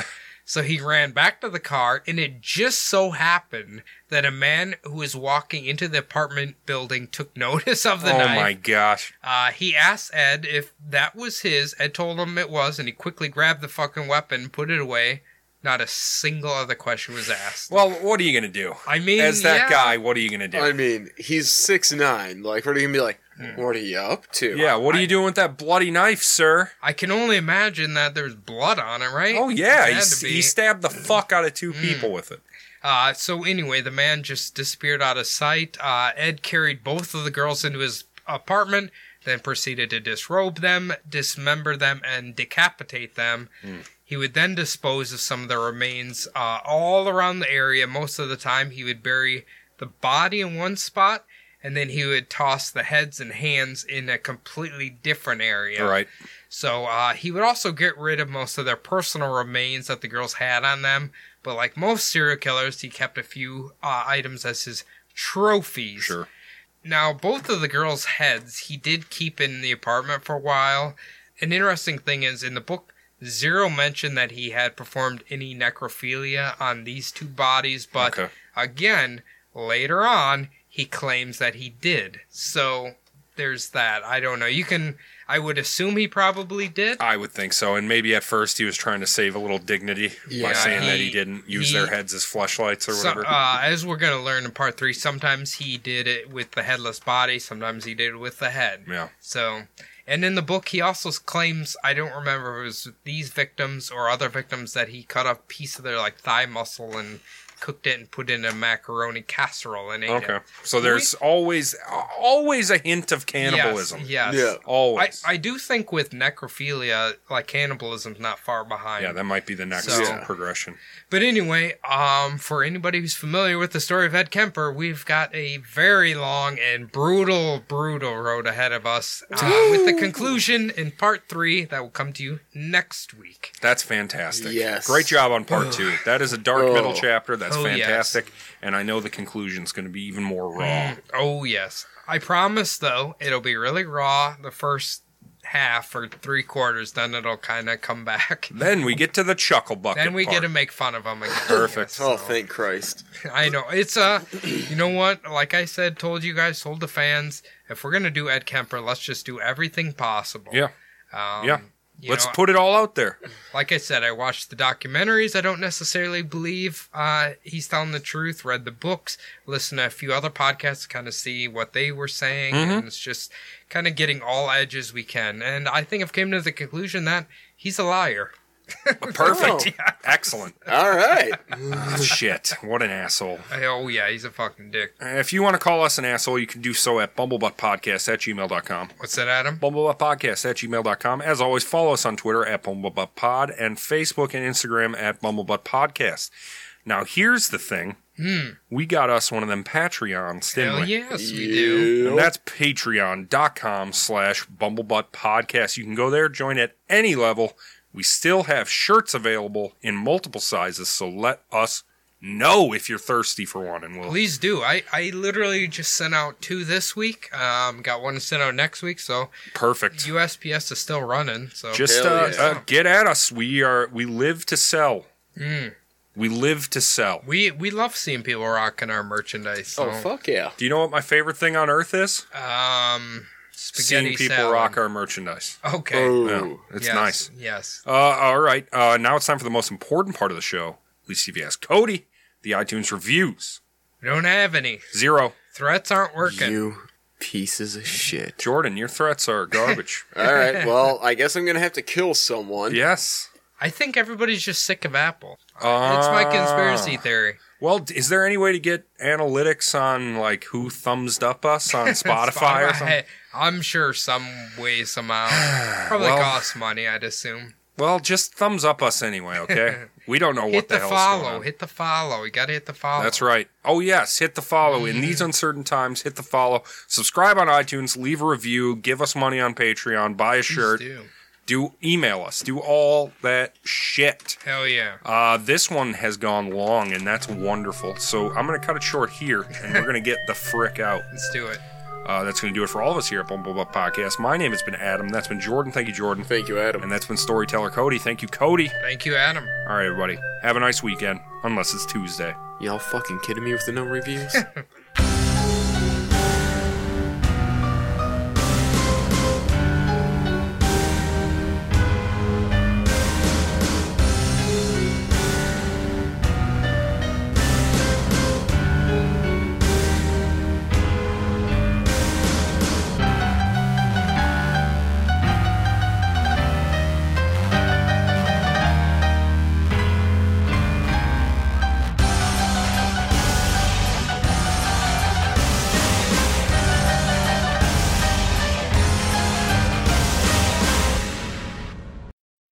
Speaker 4: So he ran back to the car, and it just so happened that a man who was walking into the apartment building took notice of the
Speaker 3: oh
Speaker 4: knife.
Speaker 3: my gosh!
Speaker 4: Uh, he asked Ed if that was his. Ed told him it was, and he quickly grabbed the fucking weapon, put it away. Not a single other question was asked.
Speaker 3: Well, what are you gonna do?
Speaker 4: I mean,
Speaker 3: As that
Speaker 4: yeah.
Speaker 3: guy, what are you gonna do?
Speaker 2: I mean, he's six nine. Like, what are you gonna be like? What are you up to?
Speaker 3: yeah, what are you doing with that bloody knife, sir?
Speaker 4: I can only imagine that there's blood on it, right?
Speaker 3: Oh yeah,
Speaker 4: It
Speaker 3: he,
Speaker 4: had
Speaker 3: s-
Speaker 4: to be. Mm.
Speaker 3: he stabbed the fuck out of two people with it.
Speaker 4: Uh, so anyway, the man just disappeared out of sight. Uh, Ed carried both of the girls into his apartment, then proceeded to disrobe them, dismember them, and decapitate them. He would then dispose of some of their remains uh, all around the area. Most of the time, he would bury the body in one spot, and then he would toss the heads and hands in a completely different area.
Speaker 3: All right.
Speaker 4: So uh, he would also get rid of most of their personal remains that the girls had on them. But like most serial killers, he kept a few uh, items as his trophies.
Speaker 3: Sure.
Speaker 4: Now, both of the girls' heads he did keep in the apartment for a while. An interesting thing is in the book, Zero mentioned that he had performed any necrophilia on these two bodies, but
Speaker 3: Okay.
Speaker 4: again, later on, he claims that he did. So there's that. I don't know. You can, I would assume he probably did.
Speaker 3: I would think so, and maybe at first he was trying to save a little dignity
Speaker 2: Yeah,
Speaker 3: by saying that
Speaker 4: he-
Speaker 3: he didn't use
Speaker 4: he-
Speaker 3: their heads as flashlights or
Speaker 4: So,
Speaker 3: whatever.
Speaker 4: uh, as we're going to learn in part three, sometimes he did it with the headless body, sometimes he did it with the head.
Speaker 3: yeah.
Speaker 4: So, and in the book, he also claims I don't remember if it was these victims or other victims that he cut off a piece of their like thigh muscle and cooked it and put it in a macaroni casserole and ate
Speaker 3: Okay.
Speaker 4: it.
Speaker 3: So there's always always a hint of cannibalism.
Speaker 4: Yes.
Speaker 2: Yeah.
Speaker 4: yes. I,
Speaker 3: Always.
Speaker 4: I do think with necrophilia, like cannibalism's not far behind.
Speaker 3: yeah, that might be the next
Speaker 4: So-
Speaker 3: uh, progression.
Speaker 4: But anyway, um, for anybody who's familiar with the story of Ed Kemper, we've got a very long and brutal, brutal road ahead of us uh, with the conclusion in part three that will come to you next week.
Speaker 3: That's fantastic.
Speaker 2: Yes.
Speaker 3: Great job on part two. That is a dark
Speaker 2: Oh.
Speaker 3: middle chapter. That's
Speaker 4: Oh, yes.
Speaker 3: fantastic. And I know the conclusion's going to be even more raw.
Speaker 4: Oh yes, I promise though it'll be really raw the first half or three quarters. Then it'll kind of come back.
Speaker 3: Then we get to the chuckle bucket.
Speaker 4: Then we
Speaker 3: part.
Speaker 4: get to make fun of them again.
Speaker 3: Perfect.
Speaker 4: Yes.
Speaker 2: Oh, thank Christ.
Speaker 4: I know it's uh you know what? Like I said, told you guys, told the fans, if we're gonna do Ed Kemper, let's just do everything possible.
Speaker 3: Yeah.
Speaker 4: Um,
Speaker 3: yeah.
Speaker 4: you
Speaker 3: Let's
Speaker 4: know,
Speaker 3: put it all out there.
Speaker 4: like I said, I watched the documentaries. I don't necessarily believe uh, he's telling the truth. Read the books, listen to a few other podcasts, kind of see what they were saying,
Speaker 3: Mm-hmm.
Speaker 4: and it's just kind of getting all edges we can. And I think I've came to the conclusion that he's a liar.
Speaker 3: Perfect. Excellent.
Speaker 2: All right.
Speaker 3: Ah, Shit. What an asshole.
Speaker 4: Oh yeah, he's a fucking dick.
Speaker 3: If you want to call us an asshole, you can do so at bumblebuttpodcast at gmail.com.
Speaker 4: What's that, Adam?
Speaker 3: bumblebuttpodcast at gmail.com. As always, follow us on Twitter at bumblebuttpod and Facebook and Instagram at bumblebuttpodcast. Now, here's the thing. We got us one of them Patreons, didn't
Speaker 4: Hell
Speaker 3: we?
Speaker 4: yes, we do.
Speaker 3: And that's patreon.com slash bumblebuttpodcast. You can go there, join at any level. We still have shirts available in multiple sizes, so let us know if you're thirsty for one, and we'll
Speaker 4: Please do. I, I literally just sent out two this week. Um, got one to send out next week. So
Speaker 3: perfect.
Speaker 4: USPS is still running. So
Speaker 3: Just
Speaker 2: Hell
Speaker 3: uh,
Speaker 2: yeah.
Speaker 3: uh, get at us. We are we live to sell.
Speaker 4: Mm.
Speaker 3: We live to sell.
Speaker 4: we we love seeing people rocking our merchandise. So,
Speaker 2: Oh, fuck yeah.
Speaker 3: Do you know what my favorite thing on earth is?
Speaker 4: Um,
Speaker 3: Seeing
Speaker 4: spaghetti
Speaker 3: people
Speaker 4: salad.
Speaker 3: rock our merchandise.
Speaker 4: Okay.
Speaker 3: Yeah, it's
Speaker 4: Yes,
Speaker 3: nice.
Speaker 4: Yes.
Speaker 3: Uh, all right, uh, now it's time for the most important part of the show. At least if you ask Cody, the iTunes reviews
Speaker 4: We don't have any.
Speaker 3: zero.
Speaker 4: Threats aren't working.
Speaker 2: You Pieces of shit.
Speaker 3: Jordan, your threats are garbage.
Speaker 2: All right, well, I guess I'm gonna have to kill someone.
Speaker 3: yes.
Speaker 4: I think everybody's just sick of Apple. That's my conspiracy
Speaker 3: Ah.
Speaker 4: theory.
Speaker 3: Well, d- is there any way to get analytics on like who thumbs up us on Spotify or something?
Speaker 4: I'm sure some way, somehow. Probably
Speaker 3: Well-
Speaker 4: costs money, I'd assume.
Speaker 3: Well, just thumbs up us anyway, okay? We don't know
Speaker 4: hit
Speaker 3: what the,
Speaker 4: the,
Speaker 3: hell's going
Speaker 4: follow.
Speaker 3: on.
Speaker 4: Hit the follow. You got to hit the follow.
Speaker 3: That's right. Oh yes, hit the follow. In
Speaker 4: Mm-hmm.
Speaker 3: these uncertain times, hit the follow. Subscribe on iTunes, leave a review, give us money on Patreon, buy a
Speaker 4: Please
Speaker 3: shirt,
Speaker 4: do.
Speaker 3: do email us, do all that shit.
Speaker 4: Hell yeah.
Speaker 3: Uh, this one has gone long, and that's wonderful. So I'm going to cut it short here, and we're going to get the frick out.
Speaker 4: Let's do it.
Speaker 3: Uh, that's going to do it for all of us here at Bumble Butt Podcast. My name has been Adam. That's been Jordan. Thank you, Jordan.
Speaker 2: Thank you, Adam.
Speaker 3: And that's been Storyteller Cody. Thank you, Cody.
Speaker 4: Thank you, Adam.
Speaker 3: All right, everybody. Have a nice weekend, unless it's Tuesday.
Speaker 2: Y'all fucking kidding me with the no reviews?